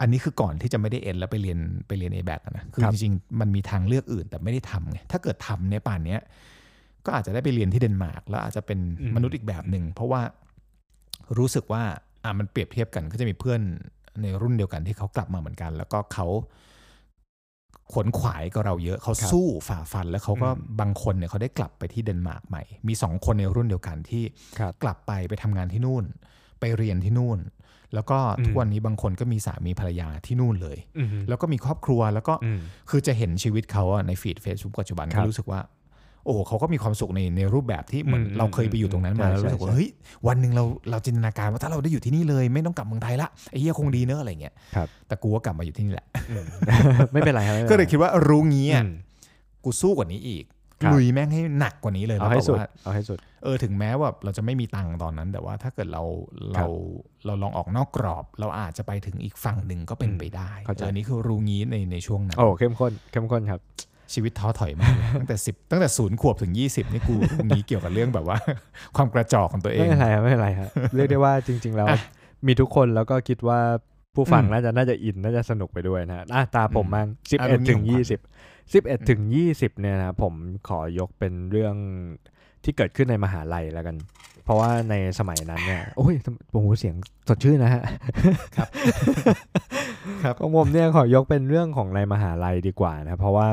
C: อันนี้คือก่อนที่จะไม่ได้เอ็นแล้วไปเรียนไปเรียนเอแบกนะคือ
D: ครับ
C: จริงๆมันมีทางเลือกอื่นแต่ไม่ได้ทำไงถ้าเกิดทำในยป่านเนี้ย ก็อาจจะได้ไปเรียนที่เดนมาร์กแล้วอาจจะเป็น
D: อืม
C: มนุษย์อีกแบบหนึ่ง เพราะว่ารู้สึกว่าอ่ะมันเปรียบเทียบกันก็จะมีเพื่อนในรุ่นเดียวกันที่เขากลับมาเหมือนกัน แล้วก็เขาขวนขวายกับเราเยอะเขา
D: ครับ
C: สู้ฝ่าฟัน แล้วเขาก็
D: อืม
C: บางคนเนี่ยเขาได้กลับไปที่เดนมาร์กใหม่ มีสองคนในรุ่นเดียวกันที่
D: ครับ
C: กลับไปไปทำงานที่นู่น ไปเรียนที่นู่น แล้วก็ทุก
D: อืม
C: วันนี้บางคนก็มีสามีภรรยาที่นู่นเลย
D: อืม
C: แล้วก็มีครอบครัวแล้วก็
D: อืม
C: คือจะเห็นชีวิตเขาอะในฟีดเฟซบุ๊กปัจจุบัน
D: ครั
C: ก็
D: บ
C: รู้สึกว่า โอ้โหเขาก็มีความสุขในในรูปแบบที่เหมือน
D: อืม
C: เราเคยไปอยู่ตรงนั้นมา
D: ใช่
C: แล้วรู้สึก
D: ใช่
C: ว่าเฮ้ยวันหนึ่งเราเราจินตนาการว่าถ้าเราได้อยู่ที่นี่เลยไม่ต้องกลับเมืองไทยละไอ้เหี้ยคงดีเนอะอะไรเงี้ย
D: ครับ
C: แต่กูก็กลับมาอยู่ที่นี่แหละ
D: ไม่ เป็นไรครับไม่ป็นไร
C: ก็เลยคิดว่ารู้งี้อะ
D: อืม
C: กูสู้กว่านี้อีก
D: ครับ
C: ลุยแม่งให้หนักกว่านี้เลย
D: เอา
C: แล้ว
D: ให้
C: แบ
D: สุ
C: บ
D: ด
C: ว่า
D: เอาให้สุด
C: เออถึงแม้ว่าเราจะไม่มีตังค์ตอนนั้น แต่ว่าถ้าเกิดเรา
D: ครั
C: เรา
D: บ
C: เราลองออกนอกกรอบ เราอาจจะไปถึงอีกฝั่งหนึ่งก็เป็นไปได้
D: เข้าใจ
C: เออนี่คือรู้งี้ในในช่วงนั้น
D: โอ้เข้มข้นเข้มข้นครับ
C: ชีวิตท้อถอยมาก เลย ตั้งแต่สิบตั้งแต่ศูนย์ขวบถึง 20 นี่กู มีเกี่ยวกับเรื่องแบบว่า ความกระจอกของตัวเอ
D: ไม่
C: ง
D: เป็นไรครับไม่เป็นไรครับ เรียกได้ว่าจริง ๆ แล้ว
C: อ่ะ
D: มีทุกคนแล้วก็คิดว่าผู้ฟัง
C: อืม
D: น่าจะน่าจะอินน่าจะสนุกไปด้วยนะฮะอ่ะตาผม
C: อืม
D: มั่งสิบ
C: อ่ะ
D: เอ็ด
C: เรื่
D: ถึ
C: อง
D: ง
C: นี้
D: ยี่
C: ของขวั
D: สิ
C: ญ
D: บสิบเอ็ดถึงยี่สิบเนี่ยนะครับผมขอยกเป็นเรื่องที่เกิดขึ้นในมหาลัยแล้วกัน เพราะว่าในสมัยนั้นเนี่ยโอ้ยโอ้โหเสียงสดชื่นนะฮะ
C: ครับ
D: ของผมเนี่ยขอยกเป็นเรื่องของในมหาลัยดีกว่านะ เพราะว่า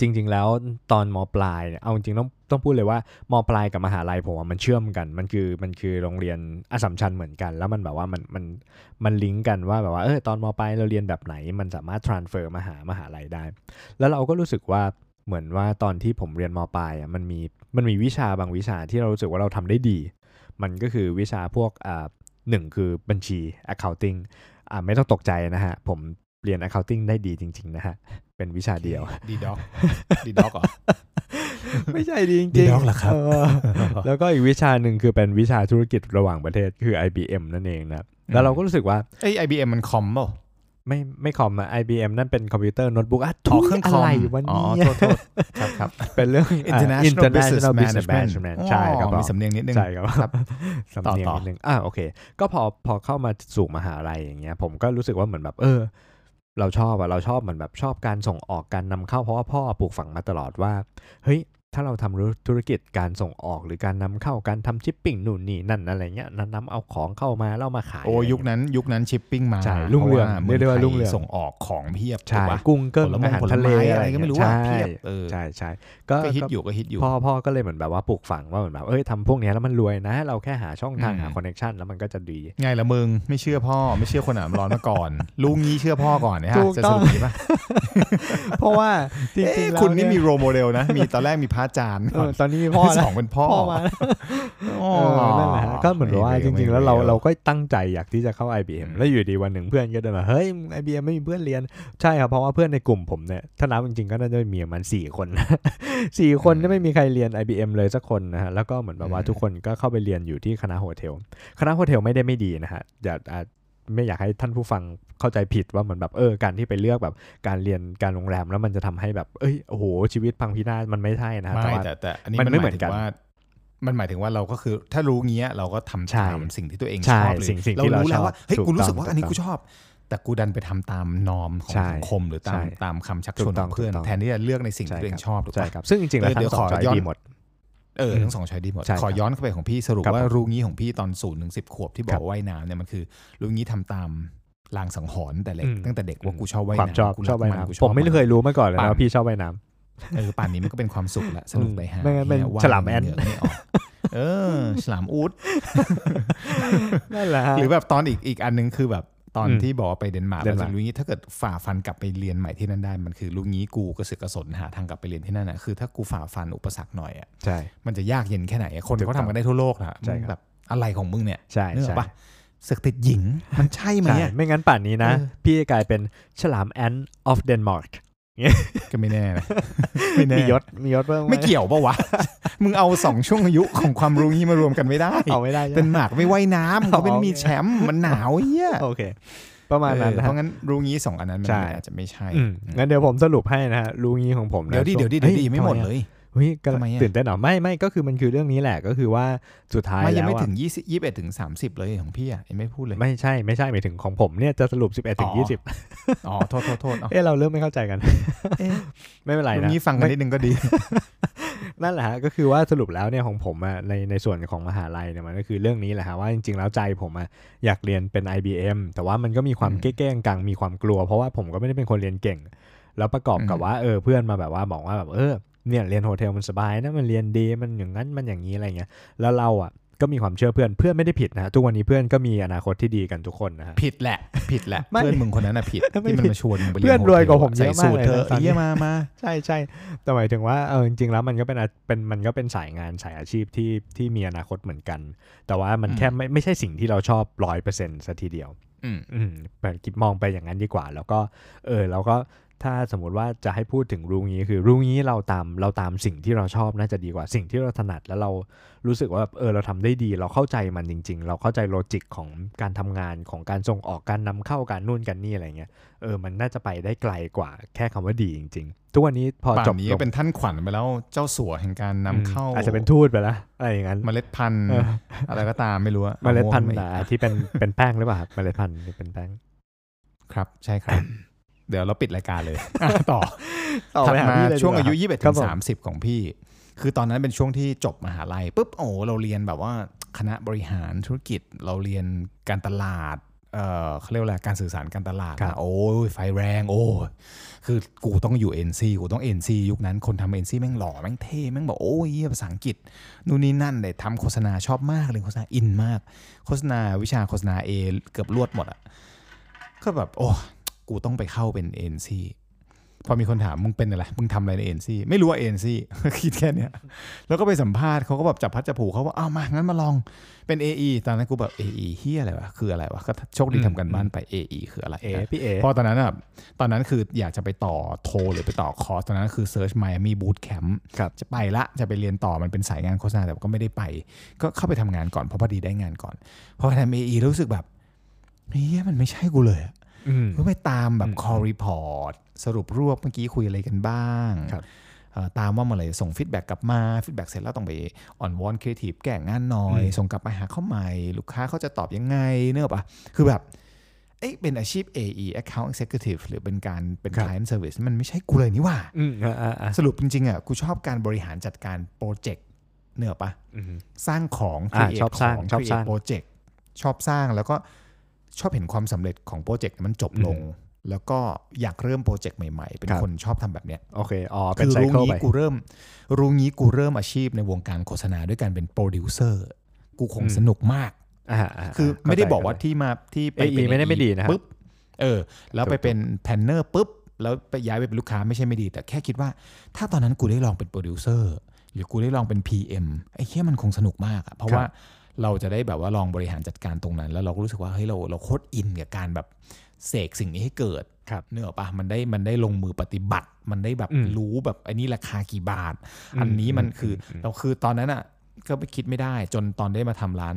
D: จริง ๆ แล้วตอนมปลายเนี่ยเอาจริงๆต้องต้องพูดเลยว่ามปลายกับมหาลัยผมว่ามันเชื่อมกัน มันคือมันคือโรงเรียนอสสัมชัญเหมือนกัน แล้วมันแบบว่ามันมันมันลิงก์กันว่าแบบว่าเออตอนมปลายเราเรียนแบบไหน มันสามารถ transfer มาหามหาลัยได้ แล้วเราก็รู้สึกว่าเหมือนว่าตอนที่ผมเรียนมปลายอ่ะมันมีมันมีวิชาบางวิชาที่เรารู้สึกว่าเราทำได้ดี มันก็คือวิชาพวกอ่าหนึ่งคือบัญชี accounting อ่าไม่ต้องตกใจนะฮะ ผมเรียน accounting ได้ดีจริง ๆ นะฮะ เป็นวิชาเดียว
C: ดีด็อกดีด็อกเหรอ
D: ไม่ใช่ ดีจริง
C: ดีด็อกเหรอครับ
D: เอแล้วก็อีกวิชาหนึ่งคือเป็นวิชาธุรกิจระหว่างประเทศคือ IBM นั่นเองนะแล้วเราก็รู้สึกว่า
C: ไอไอบีเอ็มมันคอมเปล่า
D: ไม่ไม่คอมอะ IBM นั่นเป็นคอมพิวเตอร์โน้ตบุ๊กอ่ะ
C: อ๋อเครื่องคอม
D: อะไรวัน
C: อ๋อ
D: นี้
C: โทษโทษครับครับ
D: เป็นเรื่อง อ่ะ
C: international, business
D: International Business
C: management
D: Management ใช่ครับ
C: อ๋
D: ผ
C: อ
D: ม
C: มีสำเนียงนิดนึง
D: ใช่ครับ
C: ครับ
D: สำเนียง
C: ต่อต่อ
D: นิดนึงอ่าโอเค ก็พอพอเข้ามาสู่มหาลัยอย่างเงี้ย ผมก็รู้สึกว่าเหมือนแบบ เออ เราชอบอะเราชอบเหมือนแบบชอบการส่งออกการนำเข้าเพราะว่าพ่อปลูกฝังมาตลอดว่า เฮ้ย ถ้าเราทำธุรกิจการส่งออกหรือการนำเข้าการทำชิปปิ้งนู่นนี่นั่นอะไรเงี้ยนำเอาของเข้ามาแล้วมาขา
C: โอ้
D: ยะไรเงี้
C: ยุคนั้นยุคนั้นชิปปิ้งมา
D: ใช่รุ่งเรือง
C: พาะว่ามื
D: เรียกได้ว่า
C: ไท
D: รุ่งเรือง
C: ส่งออกของเพียบถู
D: ใช่
C: กปะ
D: กุ้งเกิ้ง
C: ผลไม้
D: อาหารทะเล
C: ผลไม้อะไร
D: เงี้
C: ก็ไม่รู้อะเพี
D: ใช่
C: ยบเออ
D: ใช่ใช่ก็
C: ก็ฮิต
D: ก็
C: อยู่ก็ฮิตอยู่
D: พ่อพ่อก็เลยเหมือนแบบว่าปลูกฝังว่าเหมือนแบบเอ้ยทำพวกเนี้ยแล้วมันรวยนะ เราแค่หาช่องทาง
C: อืม
D: หาคอนเน็ชันแล้วมันก็จะดี
C: ไงละมึงไม่เชื่อพ่อไม่เชื่อคนอาบร้อนมา ก่อน ลุงงี้เชื่อพ่อก่อนเนี่ย
D: ถู
C: ฮะ
D: ก
C: จะ
D: ต้
C: ส
D: อง
C: รุปนี้ปะ
D: เพราะว่าจริง
C: เอ๊ะ
D: ๆแล้ว
C: คุณนี่มี
D: เย
C: โรโมเดลนะ มีตอนแรกมีพระอาจารย์
D: เอ อตอนนี้มี
C: พ่
D: พ่
C: อ
D: อ
C: ส
D: แล้ว
C: องเป็นพ่อ
D: พ่อมาแล้ว
C: อ๋อ
D: เออนั่นแหละฮะก็เหมือนแบบว่าจริง ๆ แล้วเราเราก็ตั้งใจอยากที่จะเข้า IBM แล้วอยู่ดีวันหนึ่งเพื่อนก็เดินมาเฮ้ย IBM ไม่มีเพื่อนเรียนใช่ครับเพราะว่าเพื่อนในกลุ่มผมเนี่ยถ้านับจริงๆก็น่าจะมีประมาณสี่คน นะ สี่คนเนี่ยไม่มีใครเรียน IBM เลยสักคนนะฮะแล้วก็เหมือนแบบว่าทุกคนก็เข้าไปเรียนอยู่ที่คณะโฮเทล คณะโฮเทลไม่ได้ไม่ดีนะฮะอย่าอ่าไม่อยากให้ท่านผู้ฟังเข้าใจผิดว่าเหมือนแบบเออการที่ไปเลือกแบบการเรียนการโรงแรมแล้วมันจะทำให้แบบเอ้ยโอ้โหชีวิตพังพินาศมันไม่ใช่นะฮะ
C: ไม่
D: ว่า
C: แต่แต่อันนี้
D: มั
C: มัน น
D: ไม่
C: ไม่
D: เห
C: เห
D: มือ
C: มือน น
D: กั
C: กัน นว่า มันหมายถึงว่าเราก็คือถ้ารู้งี้เราก็ทำ
D: ใช่
C: ตามสิ่งที่ตัวเอง
D: ใช่
C: ชอบเลย
D: สิ่งสิ่ง
C: เรา
D: ที่เรา
C: รู้แล้
D: ช
C: ว
D: อบ
C: ว่าเฮ้ย
D: ถูก
C: กู
D: ต้
C: รู้
D: อง
C: สึกว่าอันนี้
D: ถูกต้
C: กู
D: อง
C: ชอบ แต่กูดันไปทำตามนอมของ
D: ใช่
C: สังคมหรือตาม
D: ใช่
C: ตามคำชัก
D: ถู
C: ช
D: ก
C: วน
D: ต้
C: ข
D: อง
C: องเพื่อน
D: ถูกต้อง
C: แทนที่จะเลือกในสิ่งที่
D: ใช่
C: ตั
D: ค
C: วเอ
D: รั
C: งชอบถูก
D: ใช่
C: ปะ
D: ครับ ซึ่งจริงๆแล้ว
C: เดี๋
D: ทั้งสองจอย
C: ยวขอย้อ
D: ดี
C: น
D: หมด
C: เออ
D: อืม
C: ทั้งสองช้อยดีหมด
D: ใช่ครับ
C: ขอย้อนเข้าไปของพี่สรุป
D: ครับ
C: ว่า
D: ผม
C: รู้งี้ของพี่ตอนศูนย์ถึงสิบขวบที่
D: ค
C: บอ
D: รั
C: ก
D: บ
C: ว่ายน้ำเนี่ยมันคือรู้งี้ทำตามลางสังหรณ์แต่เล็ก
D: อืม
C: ตั้งแต่เด็กว่ากูชอบว่าย
D: ความ
C: น้ำ
D: ชอบ
C: กู
D: ช
C: รั
D: อกบว่าย
C: มันกูช
D: น้ำ
C: อ
D: ผ
C: บ
D: มไม่เคย
C: น
D: รู้มาก่อนเลยนะ
C: ปั่น
D: ว่าพี่ชอบว่ายน้ำ
C: เออป่านนี้มันก็เป็นความสุขละสนุกไปหา
D: ไม่งั้นเป็น
C: เหี้ยว่าย
D: ฉลามแอน
C: เหงื่ไม่ออกเออ ฉลามอูด
D: นั่นแหละฮะ
C: หรือแบบตอนอีกอีกอันหนึงคือแบบตอน
D: อืม
C: ที่บอกว่าไปเดนมาร์ก
D: เด
C: แล้
D: น
C: ว
D: มาร์
C: จะ
D: ก
C: รู้งี้ถ้าเกิดฝ่าฟันกลับไปเรียนใหม่ที่นั่นได้มันคือรู้งี้กูกระเสือกกระสนหาทางกลับไปเรียนที่นั่นนะคือถ้ากูฝ่าฟันอุปสรรคหน่อยอ่ะ
D: ใช่
C: มันจะยากเย็นแค่ไหนอะคน
D: ถูกต้
C: เขา
D: อง
C: ทำกันได้ทั่วโลกนะ
D: ใช่
C: มึ
D: ครั
C: ง
D: บ
C: แบบอะไรของมึงเนี่ย
D: ใช่
C: เนื้
D: ใช่
C: อปะเสือกติดหญิงมันใช่ไหม
D: ใช่
C: อะ
D: ไม่งั้นป่านนี้นะ
C: เออ
D: พี่จะกลายเป็นฉลามแอน of Denmark
C: ก็ไม่แน่นะ ไม่ แน่
D: มียศมียศเพิ่มห
C: ไม่เกี่ยวปะวะ มึงเอาสองช่วงอายุของความรู้งี้มารวมกันไม่ได้
D: เอาไม่ได้ใช่
C: เดน
D: ไหม
C: มาร์กไม่ว่ายน้ำเขาเป็น
D: เอา
C: มีแชมป์มันหนาวเฮีย
D: โอเค ประมาณนั้น
C: เออ
D: นะฮะ
C: เพราะงั้นรู้งี้สองอันนั้นมัน
D: ใช่
C: อาจจะไม่ใช่
D: อืมงั้นเดี๋ยวผมสรุปให้นะฮะรู้งี้ของผมนะ
C: เดี๋ยวดิ
D: ช่ง
C: เดี๋ยวดิเดี๋ยวดิ
D: ฮ้
C: ยังไม่หมด
D: ทำ
C: เลย
D: เฮ้ยก็
C: ทำไมอะ
D: ตื่นเต้นเหรอไม่ไม่ก็คือมันคือเรื่องนี้แหละก็คือว่าสุดท้าย
C: ไม่
D: แล้ว
C: ยังไม่
D: อะ
C: ถึงยี่สิบยี่สิบเอ็ดถึงสามสิบเลยของพี่อ่ะยังไม่พูดเลย
D: ไม่ใช่ไม่ใช่หมายถึงของผมเนี่ยจะสรุป 11 ถึง
C: อ๋อ
D: 20
C: อ๋อโทษโทษโทษเอา
D: เอ้เราเริ่มไม่เข้าใจกัน
C: เอ๊ะ
D: ไม่เป็นไร
C: ตร
D: นะ
C: งนี้ฟังกันนิดนึงก็ดี
D: นั่นแหละฮะก็คือว่าสรุปแล้วเนี่ยของผมอะในในส่วนของมหาลัยเนี่ยมันก็คือเรื่องนี้แหละฮะว่าจริงๆแล้วใจผมอะอยากเรียนเป็น IBM แต่ว่ามันก็มีความ
C: อืม
D: เก้งๆกังมีความกลัว เพราะว่าผมก็ไม่ได้เป็นคนเรียนเก่ง แล้วประกอบกับ
C: อืม
D: ว่าเออเพื่อนมาแบบว่าบอกว่าแบบเออเนี่ยเรียนโฮเทลมันสบายนะมันเรียนดีมันอย่างนั้นมันอย่างนี้อะไรเงี้ยแล้วเราอะก็มีความเชื่อเพื่อนเพื่อนไม่ได้ผิดนะฮะทุกวันนี้เพื่อนก็มีอนาคตที่ดีกันทุกคนนะฮะ
C: ผิดแหละ ผิดแหละ
D: ไม่
C: เพื่อนมึงคนนั้นน่ะผิด
D: ไม่
C: ที่มัน
D: ผิด
C: มาชวนมึงไป
D: เพื่
C: เรีย
D: อน
C: นโฮ
D: รวยกว่า
C: เท
D: ผมเย
C: ใส่
D: อะมาก
C: สูตร
D: เลย
C: เธอ
D: ตอนนี้
C: เยี่ยมามา
D: ใช่ใช่แต่หมายถึงว่าเออจริงๆแล้วมันก็เป็นอาเป็นมันก็เป็นสายงานสายอาชีพที่ที่มีอนาคตเหมือนกัน แต่ว่ามัน
C: อืม
D: แค่ไม่ไม่ใช่สิ่งที่เราชอบร้อยเปอร์เซ็นต์ซะทีเดียว
C: อืม
D: อืมแบบคิดมองไปอย่างนั้นดีกว่า แล้วก็เออเราก็ถ้าสมมติว่าจะให้พูดถึงรู้งี้คือรู้งี้เราตามเราตามสิ่งที่เราชอบน่าจะดีกว่าสิ่งที่เราถนัดแล้วเรารู้สึกว่าแบบเออเราทำได้ดี เราเข้าใจมันจริง ๆ เราเข้าใจโลจิกของการทำงานของการส่งออกการนำเข้าการนู่นกันนี่อะไรเงี้ยเออมันน่าจะไปได้ไกลกว่าแค่คำว่าดีจริง ๆ ทุกวันนี้พอ
C: ป่าน
D: จบ
C: นี้
D: ล
C: ก็
D: ง
C: เป็นท่านขวัญไปแล้วเจ้าสัวแห่งการนำเข้า
D: อืมอาจจะเป็นทูตไปแล้วอะไรอย่างนั้น
C: เมล็ดพันธุ์
D: เออ
C: อะไรก็ตามไม่รู้อะ
D: เมล็ดพันธุ์
C: อาม่วง
D: ห
C: ไป
D: นาที่เป็นเป็นแป้งหรือเปล่าครับเมล็ดพันธุ์ที่เป็นแป้ง
C: ครับ ใช่ครับ เดี๋ยวเราปิดรายการเลยอ่ะต่อ
D: ต่อ
C: ถัด
D: ไปห
C: มา
D: พี่เลดีก
C: ช่วงอายุ
D: ครับค
C: 21ถึง
D: ผม
C: 30 ของพี่ คือตอนนั้นเป็นช่วงที่จบมหาลัยปุ๊บโอ้โหเราเรียนแบบว่าคณะบริหารธุรกิจเราเรียนการตลาดเออเขาเรียกว่าอะไรการสื่อสารการตลาด
D: ครับ
C: นะโอ้ยไฟแรงโอ้ยคือกูต้องอยู่ NC กูต้อง NC ยุคนั้นคนทำ NC แม่งหล่อแม่งเท่แม่งบอกโอ้ยเหี้ยภาษาอังกฤษนู่นนี่นั่นเลยทำโฆษณาชอบมากเลยโฆษณาอินมาก โฆษณาวิชาโฆษณา A เกือบลวดหมดอะ ก็แบบโอ้กูต้องไปเข้าเป็นเอ็นซีพอมีคนถามมึงเป็นอะไร มึงทำอะไรในเอ็นซีไม่รู้ว่าเอ็นซี คิดแค่เนี้ยแล้วก็ไปสัมภาษณ์เขาก็แบบจับพัดจับผูเขาว่าอ้าวมางั้นมาลองเป็น AE ตอนนั้นกูแบบ AE เฮียอะไรวะคืออะไรวะก็โชคดีทำกันบ้านไป AE คืออะไร
D: เอ๋พี่เอ๋
C: เพราะตอนนั้นอ่ะตอนนั้นคืออยากจะไปต่อโทรหรือไปต่อคอร์สตอนนั้นคือ Search Miami Boot Camp
D: ครับ
C: จะไปละจะไปเรียนต่อมันเป็นสายงานโฆษณาแต่ก็ไม่ได้ไป ก็เข้าไปทำงานก่อนเพราะพอดีได้งานก่อนพอทำ AE แล้วรู้สึกแบบเฮียมันไม่ใช่กูเลยอะ
D: อืม
C: เพื่อไปตามแบ
D: อื
C: บ
D: ม
C: คอรีพอร์ตสรุปรวบเมื่อกี้คุยอะไรกันบ้าง
D: ครับ
C: เอ่อตามว่าเมื่อไหร่ส่งฟีดแบ็กกลับมาฟีดแบ็กเสร็จแล้วต้องไปอ่อนวอนครีเอทีฟแก้งานหน่อย
D: อืม
C: ส่งกลับไปหาเขาใหม่ ลูกค้าเขาจะตอบยังไงเนอะปะคือแบบเอ๊ะเป็นอาชีพ AE Account Executive หรือเป็นการเป็น
D: ครับ
C: Client Service มันไม่ใช่กูเลยนี่หว่า
D: อืมอ่าอ่าอ่า
C: สรุปจริงๆอ่ะกูชอบการบริหารจัดการโปรเจกต์เนอะปะ
D: อืม
C: สร้างของ
D: อ่าชอบสร้าง
C: ของ
D: ชอบสร้าง
C: โปรเจกต์ชอบสร้างแล้วก็ชอบเห็นความสำเร็จของโปรเจกต์มันจบลง แล้วก็อยากเริ่มโปรเจกต์ใหม่ๆ เป็น
D: ครับ
C: คนชอบทำแบบเนี้ย
D: โอเคอ๋อเป็น
C: คือ
D: ไซเคิล
C: รู้งี้
D: ไป
C: กูเริ่ม รู้งี้กูเริ่มอาชีพในวงการโฆษณาด้วยการเป็นโปรดิวเซอร์กูคง
D: อืม
C: สนุกมาก
D: อ่าาา
C: คือ
D: เข้
C: ไม่ได้
D: ใจ
C: บอกว่า
D: เข้ใจ
C: ที่มาที่ไป
D: AE
C: เป็น
D: ไม่ได้
C: AE
D: ไม่ดีนะครับ
C: ปุ๊บเออ แล้ว
D: ถูก
C: ไปเป็นแพนเนอร์ปุ๊บ แล้วไปย้ายไปเป็นลูกค้าไม่ใช่ไม่ดี แต่แค่คิดว่า ถ้าตอนนั้นกูได้ลองเป็นโปรดิวเซอร์หรือกูได้ลองเป็น PM ไอ้เหี้ยมันคงสนุกมากอะเพราะว่าเราจะได้แบบว่าลองบริหารจัดการตรงนั้น แล้วเราก็รู้สึกว่าเฮ้ยเราเราโคตรอินกับการแบบเสกสิ่งนี้ให้เกิด
D: ครับ
C: เนื้ออกปะมันได้มันได้ลงมือปฏิบัติ มันได้แบบ
D: อืม
C: รู้แบบอันนี้ราคากี่บาท
D: อืม
C: อันนี้มัน
D: อืม
C: คืออ
D: ม
C: เราคือตอนนั้นอะก็ไปคิดไม่ได้จนตอนได้มาทำร้าน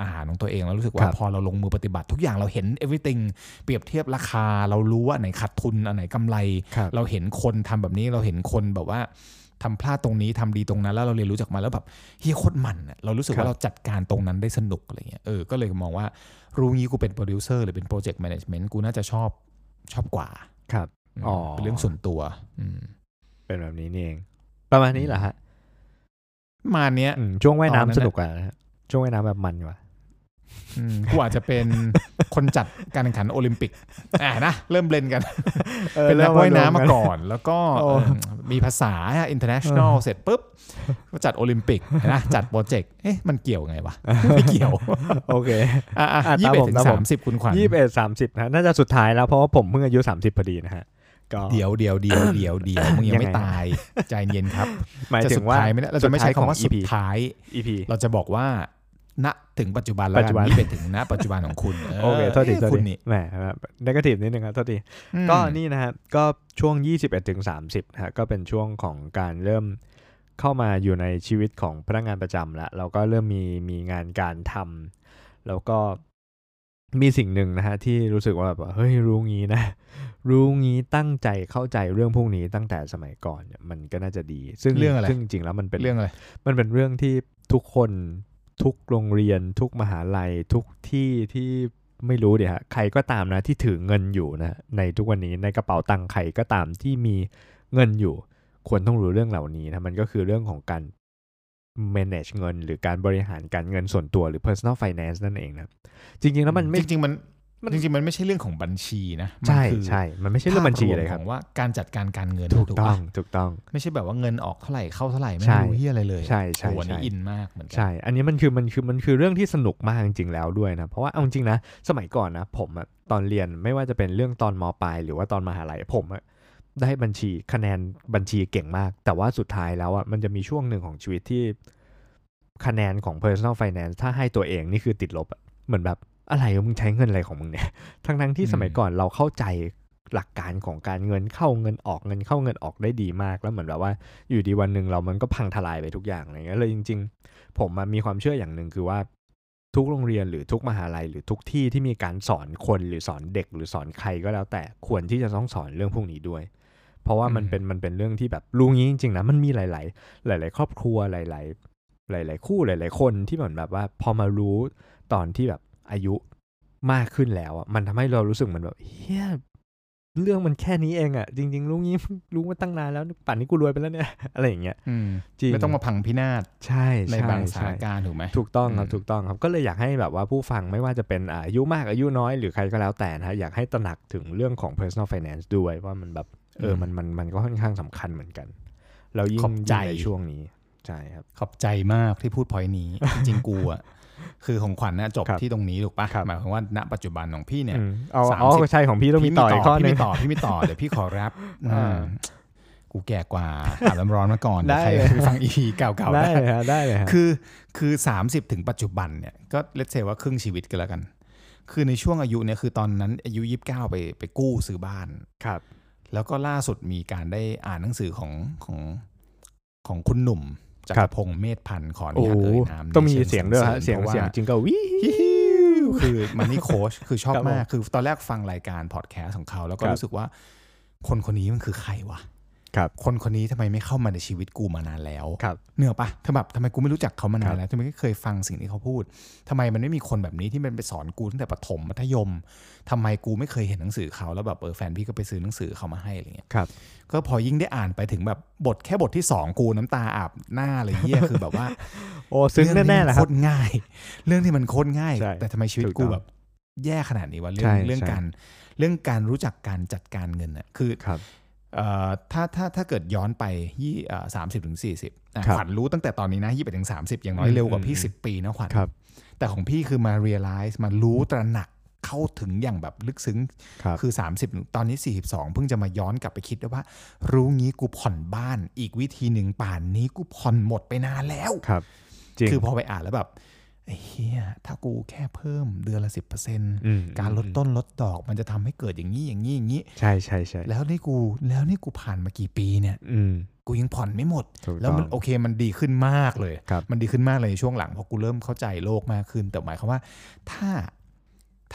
C: อาหารของตัวเองแล้วรู้สึ
D: ค
C: กว่า
D: รับ
C: พอเราลงมือปฏิบัติทุกอย่างเราเห็น everything เปรียบเทียบราคา เรารู้ว่าอันไหนขาดทุนอันไหนกำไร
D: ครับ
C: เราเห็นคนทำแบบนี้เราเห็นคนแบบว่าทำพลาดตรงนี้ทำดีตรงนั้น แล้วเราเรียนรู้จากมันแล้วแบบเฮียโคตรมันอะเรารู้สึก
D: ครับ
C: ว่าเราจัดการตรงนั้นได้สนุกอะไรเงี้ยเออก็เลยมองว่ารู้งี้กูเป็นโปรดิวเซอร์หรือเป็นโปรเจกต์แมネจเมนต์กูน่าจะชอบชอบกว่า
D: ครับ
C: ม
D: อ๋อ
C: เป็นเรื่องส่วนตัวอืม
D: เป็นแบบนี้นี่เอง ประมาณนี้เหรอฮะ
C: ประมาณเนี้ย
D: อืมช่วงว่าย
C: ตอนนั้
D: น้ำ
C: น
D: สนุกกว่านะฮะช่วงว่ายน้ำแบบมันกว่า
C: อืมกูอาจจะเป็น คนจัดการแข่งขันโอลิมปิกอ่ะนะเริ่มเบลนกัน เป็นนักว่ายน้ำมาก่อน แล้วก็
D: โอ้
C: เอิ่มมีภาษา international เสร็จปุ๊บก็จัดโอลิมปิกนะจัดโปรเจกต์เอ๊ะมันเกี่ยวไงวะ ไม่เกี่ยว
D: โอเค
C: อ่ะอ่ะ
D: อ่ะ
C: ยี่
D: ตาม
C: สิบ
D: ผมตามผ
C: เอ็ดถึงสาม มสิบคุณขวัญ
D: ยี่สิบเอ็ดสามสิบนะน่าจะสุดท้ายแล้วเพราะว่าผมเพิ่งอายุสามสิบพอดีนะฮะก็
C: เดี๋ยวเดี๋ยวเดี๋ยวเดี๋ยวเดี๋ ยวมึงยัง
D: ยั
C: ไม่
D: งไง
C: ตาย ใจเย็นครับ
D: หมาย
C: จะ
D: ถึ
C: สุ
D: ง
C: ด
D: ว่า
C: ท้ายไม่ได้เราจะไม่ใช้คำว่าสุด
D: ท้ยของ
C: ท้าย
D: EP EP
C: เราจะบอกว่า ณถึงปัจจุบันแล้ว
D: ปัจจุบัน
C: ยี่สิบเอ็ดถึงณปัจจุบันของคุณ
D: โอเคโทษที
C: ะ
D: โทษ
C: คุณ
D: ที
C: นี่
D: แหมนกาทีฟนิดนึงครับโทษที
C: อืม
D: ก็นี่นะครับก็ช่วง 21ถึง30นะฮะก็เป็นช่วงของการเริ่มเข้ามาอยู่ในชีวิตของพนักงานประจำแล้วเราก็เริ่มมีมีงานการทำแล้วก็มีสิ่งหนึ่งนะฮะที่รู้สึกว่าแบบว่าเฮ้ยรู้งี้นะ รู้งี้ตั้งใจเข้าใจเรื่องพวกนี้ตั้งแต่สมัยก่อนเนี่ยมันก็น่าจะดี ซึ่ง
C: เรื่องอะไร
D: ซึ่งจริงๆแล้วมันเป็น
C: เรื่องอะไร
D: มันเป็นเรื่องที่ทุกคนทุกโรงเรียน ทุกมหาลัย ทุกที่ที่ไม่รู้เดี๋ยวฮะใครก็ตามนะที่ถือเงินอยู่นะในทุกวันนี้ในกระเป๋าตังค์ใครก็ตามที่มีเงินอยู่ ควรต้องรู้เรื่องเหล่านี้นะมันก็คือเรื่องของการ manage เงิน หรือการบริหารการเงินส่วนตัวหรือ personal finance นั่นเองนะจริงๆแล้วมันไม่
C: จริงๆมัน
D: มัน
C: จริงๆมันไม่ใช่เรื่องของบัญชีนะมัน
D: ใช่
C: คือ
D: ใช่มันไม่ใช่เรื่องบัญชีเลยครับ
C: ภาพวมของว่าการจัดการการเงิน
D: ถูก
C: ปะ
D: ต้องถูกต้อง
C: ไม่ใช่แบบว่าเงินออกเท่าไหร่เข้าเท่าไหร่ไม่
D: ใช่
C: รู้เฮียอะไรเลย
D: ใช่ใช่
C: โอ้โหอันนี้
D: ใช่
C: อินมากเหมือนกั
D: ใช่ อันนี้มันคือมันคือมันคือเรื่องที่สนุกมากจริงๆแล้วด้วยนะ เพราะว่าเอาจริงๆนะ สมัยก่อนนะ ผมอะตอนเรียนไม่ว่าจะเป็นเรื่องตอนมปลายหรือว่าตอนมหาลัยผมอะได้บัญชีคะแนนบัญชีเก่งมาก แต่ว่าสุดท้ายแล้วอะมันจะมีช่วงหนึ่งของชีวิตที่คะแนนของ personal finance ถ้าให้ตัวเองนี่คือติดลบอะเหมือนแบบอะไรวะมึงใช้เงินอะไรของมึงเนี่ย ทั้งทั้งๆที่สมัยก่อนเราเข้าใจหลักการของการเงินเข้าเงินออกเงินเข้าเงินออกได้ดีมากแล้วเหมือนแบบว่าอยู่ดีวันหนึ่งเรามันก็พังทลายไปทุกอย่างอะไรเงี้ยเลยจริง ๆ ผมอะมีความเชื่ออย่างหนึ่งคือว่า ทุกโรงเรียนหรือทุกมหาลัยหรือทุกที่ที่มีการสอนคนหรือสอนเด็กหรือสอนใครก็แล้วแต่ควรที่จะต้องสอนเรื่องพวกนี้ด้วย เพราะว่ามันเป็นมันเป็นเรื่องที่แบบรู้งี้จริงๆนะมันมีหลาย ๆ หลาย ๆ ครอบครัวหลาย ๆ หลาย ๆ คู่หลาย ๆ คนที่เหมือนแบบว่าพอมารู้ตอนที่แบบอายุมากขึ้นแล้วอ่ะมันทำให้เรารู้สึกเหมือนแบบเฮียเรื่องมันแค่นี้เองอ่ะ จริง ๆ รู้ งี้ รู้มาตั้งนานแล้วป่านนี้กูรวยไปแล้วเนี่ย อะไรอย่างเงี้ย
C: อืม
D: จริง
C: ไม่ต้องมาพังพินาศ
D: ใช่
C: ใน
D: ช่
C: บางสถา
D: ใช่
C: นการณ์ถูกไหม
D: ถูกต้องครับ
C: อืม
D: ถูกต้องครับก็เลยอยากให้แบบว่าผู้ฟังไม่ว่าจะเป็นอายุมากอายุน้อยหรือใครก็แล้วแต่นะฮะอยากให้ตระหนักถึงเรื่องของ personal finance ด้วยว่ามันแบบเออมันมันมันก็ค่อนข้างสำคัญเหมือนกัน เรายิ่ง
C: ขอบใจ
D: ยิ่งในช่วงนี้ใช่ครับ
C: ขอบใจมากที่พูดพอยนี้ จริงๆกูอ่ะคือของขวัญนะจบ
D: ครับ
C: ที่ตรงนี้ถูกปะ
D: ครับ
C: หมายความว่าณปัจจุบันของพี่เนี่ย
D: อืมเอา
C: สาม
D: อ๋อ
C: สิบ
D: ใช่ของพี่ต้องมี
C: พี่
D: ต่ออีกข้อ
C: พี่
D: หนึง
C: ไม่ต่อพี่ไม่ต่อเดี๋ยวพี่ขอรับ
D: อ่า
C: อืมกูแก่กว่าอาบน้ำร้อนมาก่อน
D: ได้
C: เดี๋ยวใครไปฟังอีพีเก่าๆ
D: ได้
C: ได้
D: เลยฮะได้เลยฮะ
C: คือคือสามสิบถึงปัจจุบันเนี่ยก็เลตเซว่าครึ่งชีวิตกันแล้วกัน คือในช่วงอายุเนี่ยคือตอนนั้นอายุยี่สิบเก้าไปไปกู้ซื้อบ้าน
D: ครับ
C: แล้วก็ล่าสุดมีการได้อ่านหนังสือของของของคุณหนุ่มจัก
D: ครั
C: ร
D: บ
C: พงษ์เมธพันธ์ขออนุ
D: โอ้
C: ญาต
D: โห
C: เอ่ยนาม
D: ต้องมี
C: ใน
D: เสียงด้วย
C: สรร
D: ฮะ
C: ริ
D: เสียง
C: พราะา
D: เสียงจริงก็วิ
C: ฮิ้ว คือมันนี่โค้ชคือชอบ
D: ครับผม
C: มาก คือตอนแรกฟังรายการพอดแคสต์ของเขา แล้วก็
D: ครับ
C: รู้สึกว่า คนคนนี้มันคือใครวะ
D: ครับ
C: คนคนนี้ทำไมไม่เข้ามาในชีวิตกูมานานแล้ว
D: ครับ
C: เนื้อปะทำแบบทำไมกูไม่รู้จักเขามา
D: ครั
C: นาน
D: บ
C: แล้วทำไมไม่เคยฟังสิ่งที่เขาพูดทำไมมันไม่มีคนแบบนี้ที่มันไปสอนกูตั้งแต่ประถมมัธยมทำไมกูไม่เคยเห็นหนังสือเขาแล้วแบบเออแฟนพี่ก็ไปซื้อหนังสือเขามาให้อะไรเงี้ย
D: ครับ
C: ก็พอยิ่งได้อ่านไปถึงแบบบทแค่บทที่สองกูน้ำตาอาบหน้าเลยเหี้ยคือแบบว่า
D: โอ้ ซึ้งแน่ๆแหละค
C: เรื่องที่มันโครับ ตรง่าย เรื่องที่มันโคตรง่าย
D: ใช่
C: แต่ทำไมชีวิต
D: ถูกต้
C: กู
D: อง
C: แบบแย่ขนาดนี้วะเรื่อ
D: ใช่
C: งเรื่อง
D: ใช่
C: การเรื่องการรู้จักการจัดการเงินอ่ะคือ
D: ครับ
C: เอ่อถ้าถ้าถ้าเกิดย้อนไปยี่สามสิบถึงสี่สิบ
D: ครับ
C: ขวัญรู้ตั้งแต่ตอนนี้นะยี่สิบถึงสามสิบอย่างน้อยเร็วกว่าพี่
D: อืม
C: สิบปีนะขวัญ
D: ครับ
C: แต่ของพี่คือมา realize มารู้ตระหนักเข้าถึงอย่างแบบลึกซึ้ง
D: ครับ
C: อ30 ตอนนี้ 42 เพิ่งจะมาย้อนกลับไปคิดด้วยว่า รู้งี้กูผ่อนบ้าน อีกวิธีหนึ่งป่านนี้กูผ่อนหมดไปนานแล้ว
D: ครับ จริง
C: คือพอไปอ่านแล้วแบบไอ้เฮียถ้ากูแค่เพิ่มเดือนละสิบเปอร์เซ็นต์
D: ม
C: การลด
D: อืม
C: ต้นลดดอกมันจะทำให้เกิดอย่างนี้อย่างนี้อย่างนี้
D: ใช่ใช่ใช่
C: แล้วนี่กูแล้วนี่กูผ่านมากี่ปีเนี่ย
D: อืม
C: กูยังผ่อนไม่หมด
D: ถูก
C: แล้วมัน
D: ต้
C: โอ
D: อง
C: เคมันดีขึ้นมากเลย
D: ครับ
C: มันดีขึ้นมากเลยในช่วงหลังเพราะกูเริ่มเข้าใจโลกมากขึ้น แต่หมายความว่าถ้า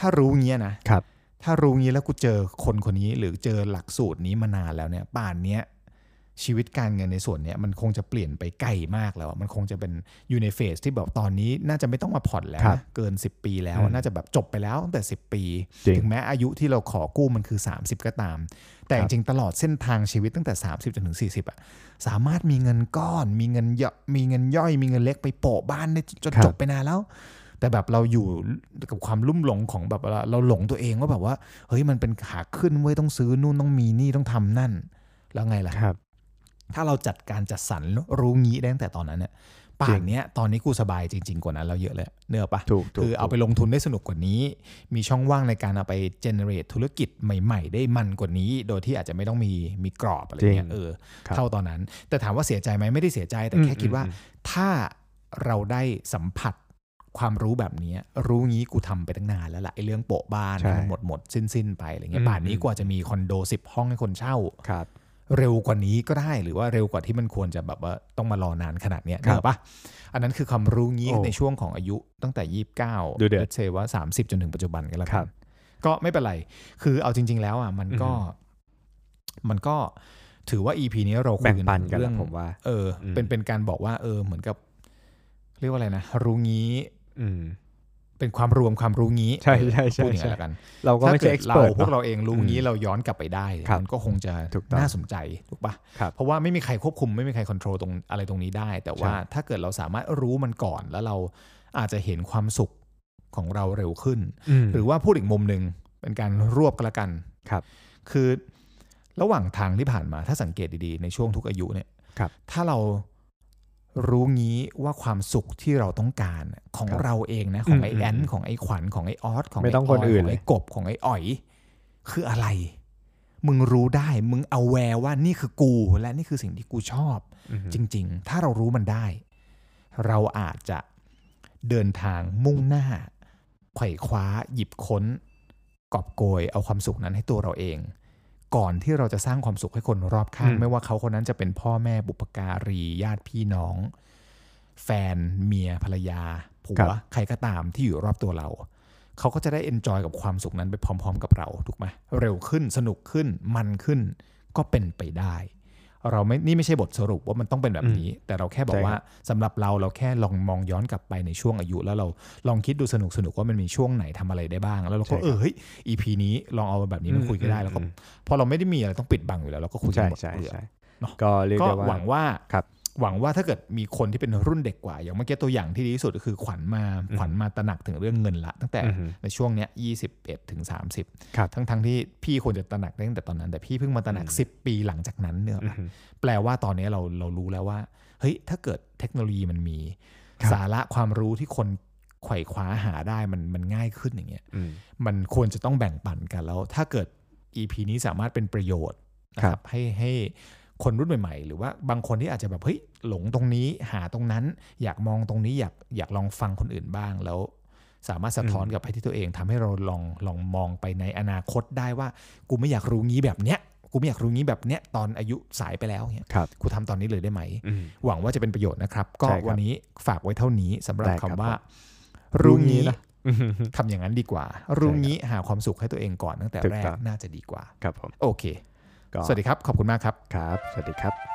C: ถ้ารู้เงี้ยนะ
D: ครับ
C: ถ้ารู้งี้แล้วกูเจอคนคนนี้หรือเจอหลักสูตรนี้มานานแล้วเนี่ยป่านเนี้ยชีวิตการเงินในส่วนเนี้ยมันคงจะเปลี่ยนไปไกลมากแล้วอะมันคงจะเป็นอยู่ในเฟสที่แบบตอนนี้น่าจะไม่ต้องมาผ่อนแล้ว
D: ครับ
C: นะเกิน 10 ปีแล้ว
D: อืม
C: น่าจะแบบจบไปแล้วตั้งแต่ 10 ปี
D: จริง
C: ถึงแม้อายุที่เราขอกู้มันคือ 30 ก็ตาม แต่
D: ค
C: จ
D: รับ
C: ริงๆตลอดเส้นทางชีวิตตั้งแต่ 30จนถึง40อะสามารถมีเงินก้อน มีเงินเยอะมีเงินย่อย มีเงินเล็กไปโปะบ้านได้จน
D: ครับ
C: จบไปนานแล้ว แต่แบบเราอยู่กับความลุ่มหลงของแบบเราเราหลงตัวเองว่าแบบว่า เฮ้ยมันเป็นขาขึ้นเว้ยต้องซื้อนู่นต้องมีนี่ต้องทำนั่น แล้วไงล่ะ
D: ครับ
C: ถ้าเราจัดการจัดสรรรู้งี้ได้ตั้งแต่ตอนนั้นเนี่ยป่านเนี้ยตอนนี้กูสบายจริง ๆ กว่านั้นเราเยอะเลยเนื้ออกปะ
D: ถูกถูก
C: คือเอาไปลงทุนได้สนุกกว่านี้ มีช่องว่างในการเอาไปเจเนเรตธุรกิจใหม่ ๆ ได้มันกว่านี้ โดยที่อาจจะไม่ต้องมีมีกรอบอะไร
D: จ
C: เงี้
D: ริ
C: ย
D: ง
C: เออ
D: ครับ
C: เท่าตอนนั้น แต่ถามว่าเสียใจไหมไม่ได้เสียใจแต่แค่
D: อืม
C: คิดว่า
D: อืม
C: ถ้าเราได้สัมผัสความรู้แบบเนี้ยรู้งี้กูทำไปตั้งนานแล้วล่ะไอ้เรื่องโปะบ้าน
D: ใช่
C: ให้มันหมดหมดสิ้นสิ้นๆไปอะไรเงี้
D: อืม
C: ยป่านนี้
D: อืม
C: กว่าจะมีคอนโดสิบห้องให้คนเช่า
D: ครับ
C: เร็วกว่านี้ก็ได้หรือว่าเร็วกว่าที่มันควรจะแบบว่าต้องมารอนานขนาดเนี้ย
D: ครับ
C: เนกออกปะอันนั้นคือความรู้งี้
D: โอ้
C: ในช่วงของอายุตั้งแต่ยี่สิบเก้า
D: ดูเดือด
C: เซว่าสามสิบจนถึงปัจจุบันกันแล้ว
D: ค
C: กั
D: รั
C: น
D: บ
C: ก็ไม่เป็นไร คือเอาจริง ๆ แล้วอ่ะมันก็
D: อือ
C: มันก็ถือว่า EP นี้เราคุ
D: แบ่
C: ย
D: ง
C: กัน
D: ปันกัน
C: เรื่
D: แห
C: อ
D: ละ
C: ง
D: ผมว่า
C: เอออ
D: ม
C: เป็นเป็นการบอกว่า เออ เหมือนกับ เรียกว่าอะไรนะรู้งี้
D: อืม
C: เป็นความรวมความรู้งี้
D: ใช่ใช่ใช่
C: พูดอย่าง
D: ใช่
C: นั้นแล้วกัน
D: เราก็ไม่ใช่เอ็กซ์เพรส
C: ถ้ากิดเราพวกเราเองรู้งี้เราย้อนกลับไปได้เนี่ย
D: ครับ
C: มันก็คงจะ
D: ถูกต้อง
C: น่าสนใจถูกปะ
D: ครับ
C: เพราะว่าไม่มีใครควบคุมไม่มีใครคอนโทรลตรงอะไรตรงนี้ได้ แต่ว่า
D: ใช่
C: ถ้าเกิดเราสามารถรู้มันก่อนแล้วเราอาจจะเห็นความสุขของเราเร็วขึ้น ห
D: หรื
C: รือ อว่าพูดอีกมุมหนึ่งเป็นการรวบกันละกัน
D: ครับ
C: คือระหว่างทางที่ผ่านมาถ้าสังเกตดีๆ ในช่วงทุกอายุเนี่ย
D: ครับ
C: ถ้าเรารู้งี้ว่าความสุขที่เราต้องการน่ะของ
D: ครับ
C: เราเองนะของไอ
D: อืม
C: แอนของไอขวัญของไอออสของ
D: ไม่ต้อง
C: ไย
D: คนอื่น
C: ข
D: เลย
C: ไอกบของไออ๋อย คืออะไร มึงรู้ได้มึงเอาแวร์ว่านี่คือกูและนี่คือสิ่งที่กูชอบ
D: อืม
C: จริง ๆ ถ้าเรารู้มันได้ เราอาจจะเดินทางมุ่งหน้า ไขว่คว้า หยิบค้น กอบโกย เอาความสุขนั้นให้ตัวเราเอง ก่อนที่เราจะสร้างความสุขให้คนรอบข้าง
D: อืม
C: ไม่ว่าเขาคนนั้นจะเป็นพ่อแม่บุปการีญาติพี่น้อง แฟนเมียภรรยาผัวใครก็ตามที่อยู่รอบตัวเรา เขาก็จะได้เอนจอยกับความสุขนั้นไปพร้อม ๆ กับเราถูกไหมเร็วขึ้นสนุกขึ้นมันขึ้นก็เป็นไปได้ เราไม่นี่ไม่ใช่บทสรุปว่ามันต้องเป็นแบบนี้ แต่เราแค่บอก
D: ใช่ครับ
C: ว่าสำหรับเราเราแค่ลองมองย้อนกลับไปในช่วงอายุ แล้วเราลองคิดดูสนุกสนุกๆว่ามันมีช่วงไหนทำอะไรได้บ้าง แล้วเราก็
D: ใช่ครับ
C: เออเฮ้ย EP นี้ลองเอาแบบนี้มาคุยก็ได้
D: อืม
C: แล้วก็
D: อืม
C: พอเราไม่ได้มีอะไรต้องปิดบังอยู่แล้วเราก็คุยกั
D: ใช่
C: นหมด
D: ใช่
C: เปลือก
D: ใช่
C: เนอะ
D: ก็เรียก
C: ก็
D: ได้
C: หวั
D: ว่า
C: งว่า
D: ครับ
C: หวังว่าถ้าเกิดมีคนที่เป็นรุ่นเด็กกว่า อย่างเมื่อกี้ตัวอย่างที่ดีที่สุดก็คือขวัญมาขวัญมาตระหนักถึงเรื่องเงินละ ตั้งแต่
D: อือฮึ
C: ในช่วงเนี้ยยี่สิบเอ็ดถึงสามสิบ
D: ครับ
C: ทั้งทั้งๆที่พี่ควรจะตระหนักได้ตั้งแต่ตอนนั้น แต่พี่เพิ่งมาตระหนักสิบปีหลังจากนั้นเนี่ย
D: อือฮึ
C: แปลว่าตอนนี้เราเรารู้แล้วว่า เฮ้ย ถ้าเกิดเทคโนโลยีมันมี
D: ครับ
C: สาระความรู้ที่คนไขว่คว้าหาได้มันมันง่ายขึ้นอย่างเงี้ย
D: อืม
C: มันควรจะต้องแบ่งปันกันแล้ว ถ้าเกิด EP นี้สามารถเป็นประโยชน์นะค
D: ครั
C: รั
D: บบ
C: ให้ให้คนรุ่นใหม่ๆ หรือว่าบางคนที่อาจจะแบบเฮ้ยหลงตรงนี้หาตรงนั้น อยากมองตรงนี้อยากอยากลองฟังคนอื่นบ้างแล้ว สามารถสะท้อน
D: อืม
C: กลับไปที่ตัวเองทำให้เราลองลองมองไปในอนาคตได้ว่า กูไม่อยากรู้งี้แบบเนี้ยกูไม่อยากรู้งี้แบบเนี้ยตอนอายุสายไปแล้วเงี้ย
D: ครับ
C: กูทำตอนนี้เลยได้ไหม
D: อืม
C: หวังว่าจะเป็นประโยชน์นะครับ ก็
D: ใช่ครับ
C: วันนี้ฝากไว้เท่านี้สำหรับ
D: ได้ค
C: คำ
D: รับ
C: ว่า
D: ผม
C: รู้
D: รู้งี้
C: งี้
D: นะ อืม
C: ทำอย่างนั้นดีกว่า รู้งี้หาความสุขให้ตัวเองก่อนตั้งแต่
D: ถูก
C: แรก
D: ต้อง
C: น่าจะดีกว่า
D: ครับผม
C: โอเค
D: ก็
C: สวัสดีครับ ขอบคุณมากครับ
D: ครับ สวัสดีครับ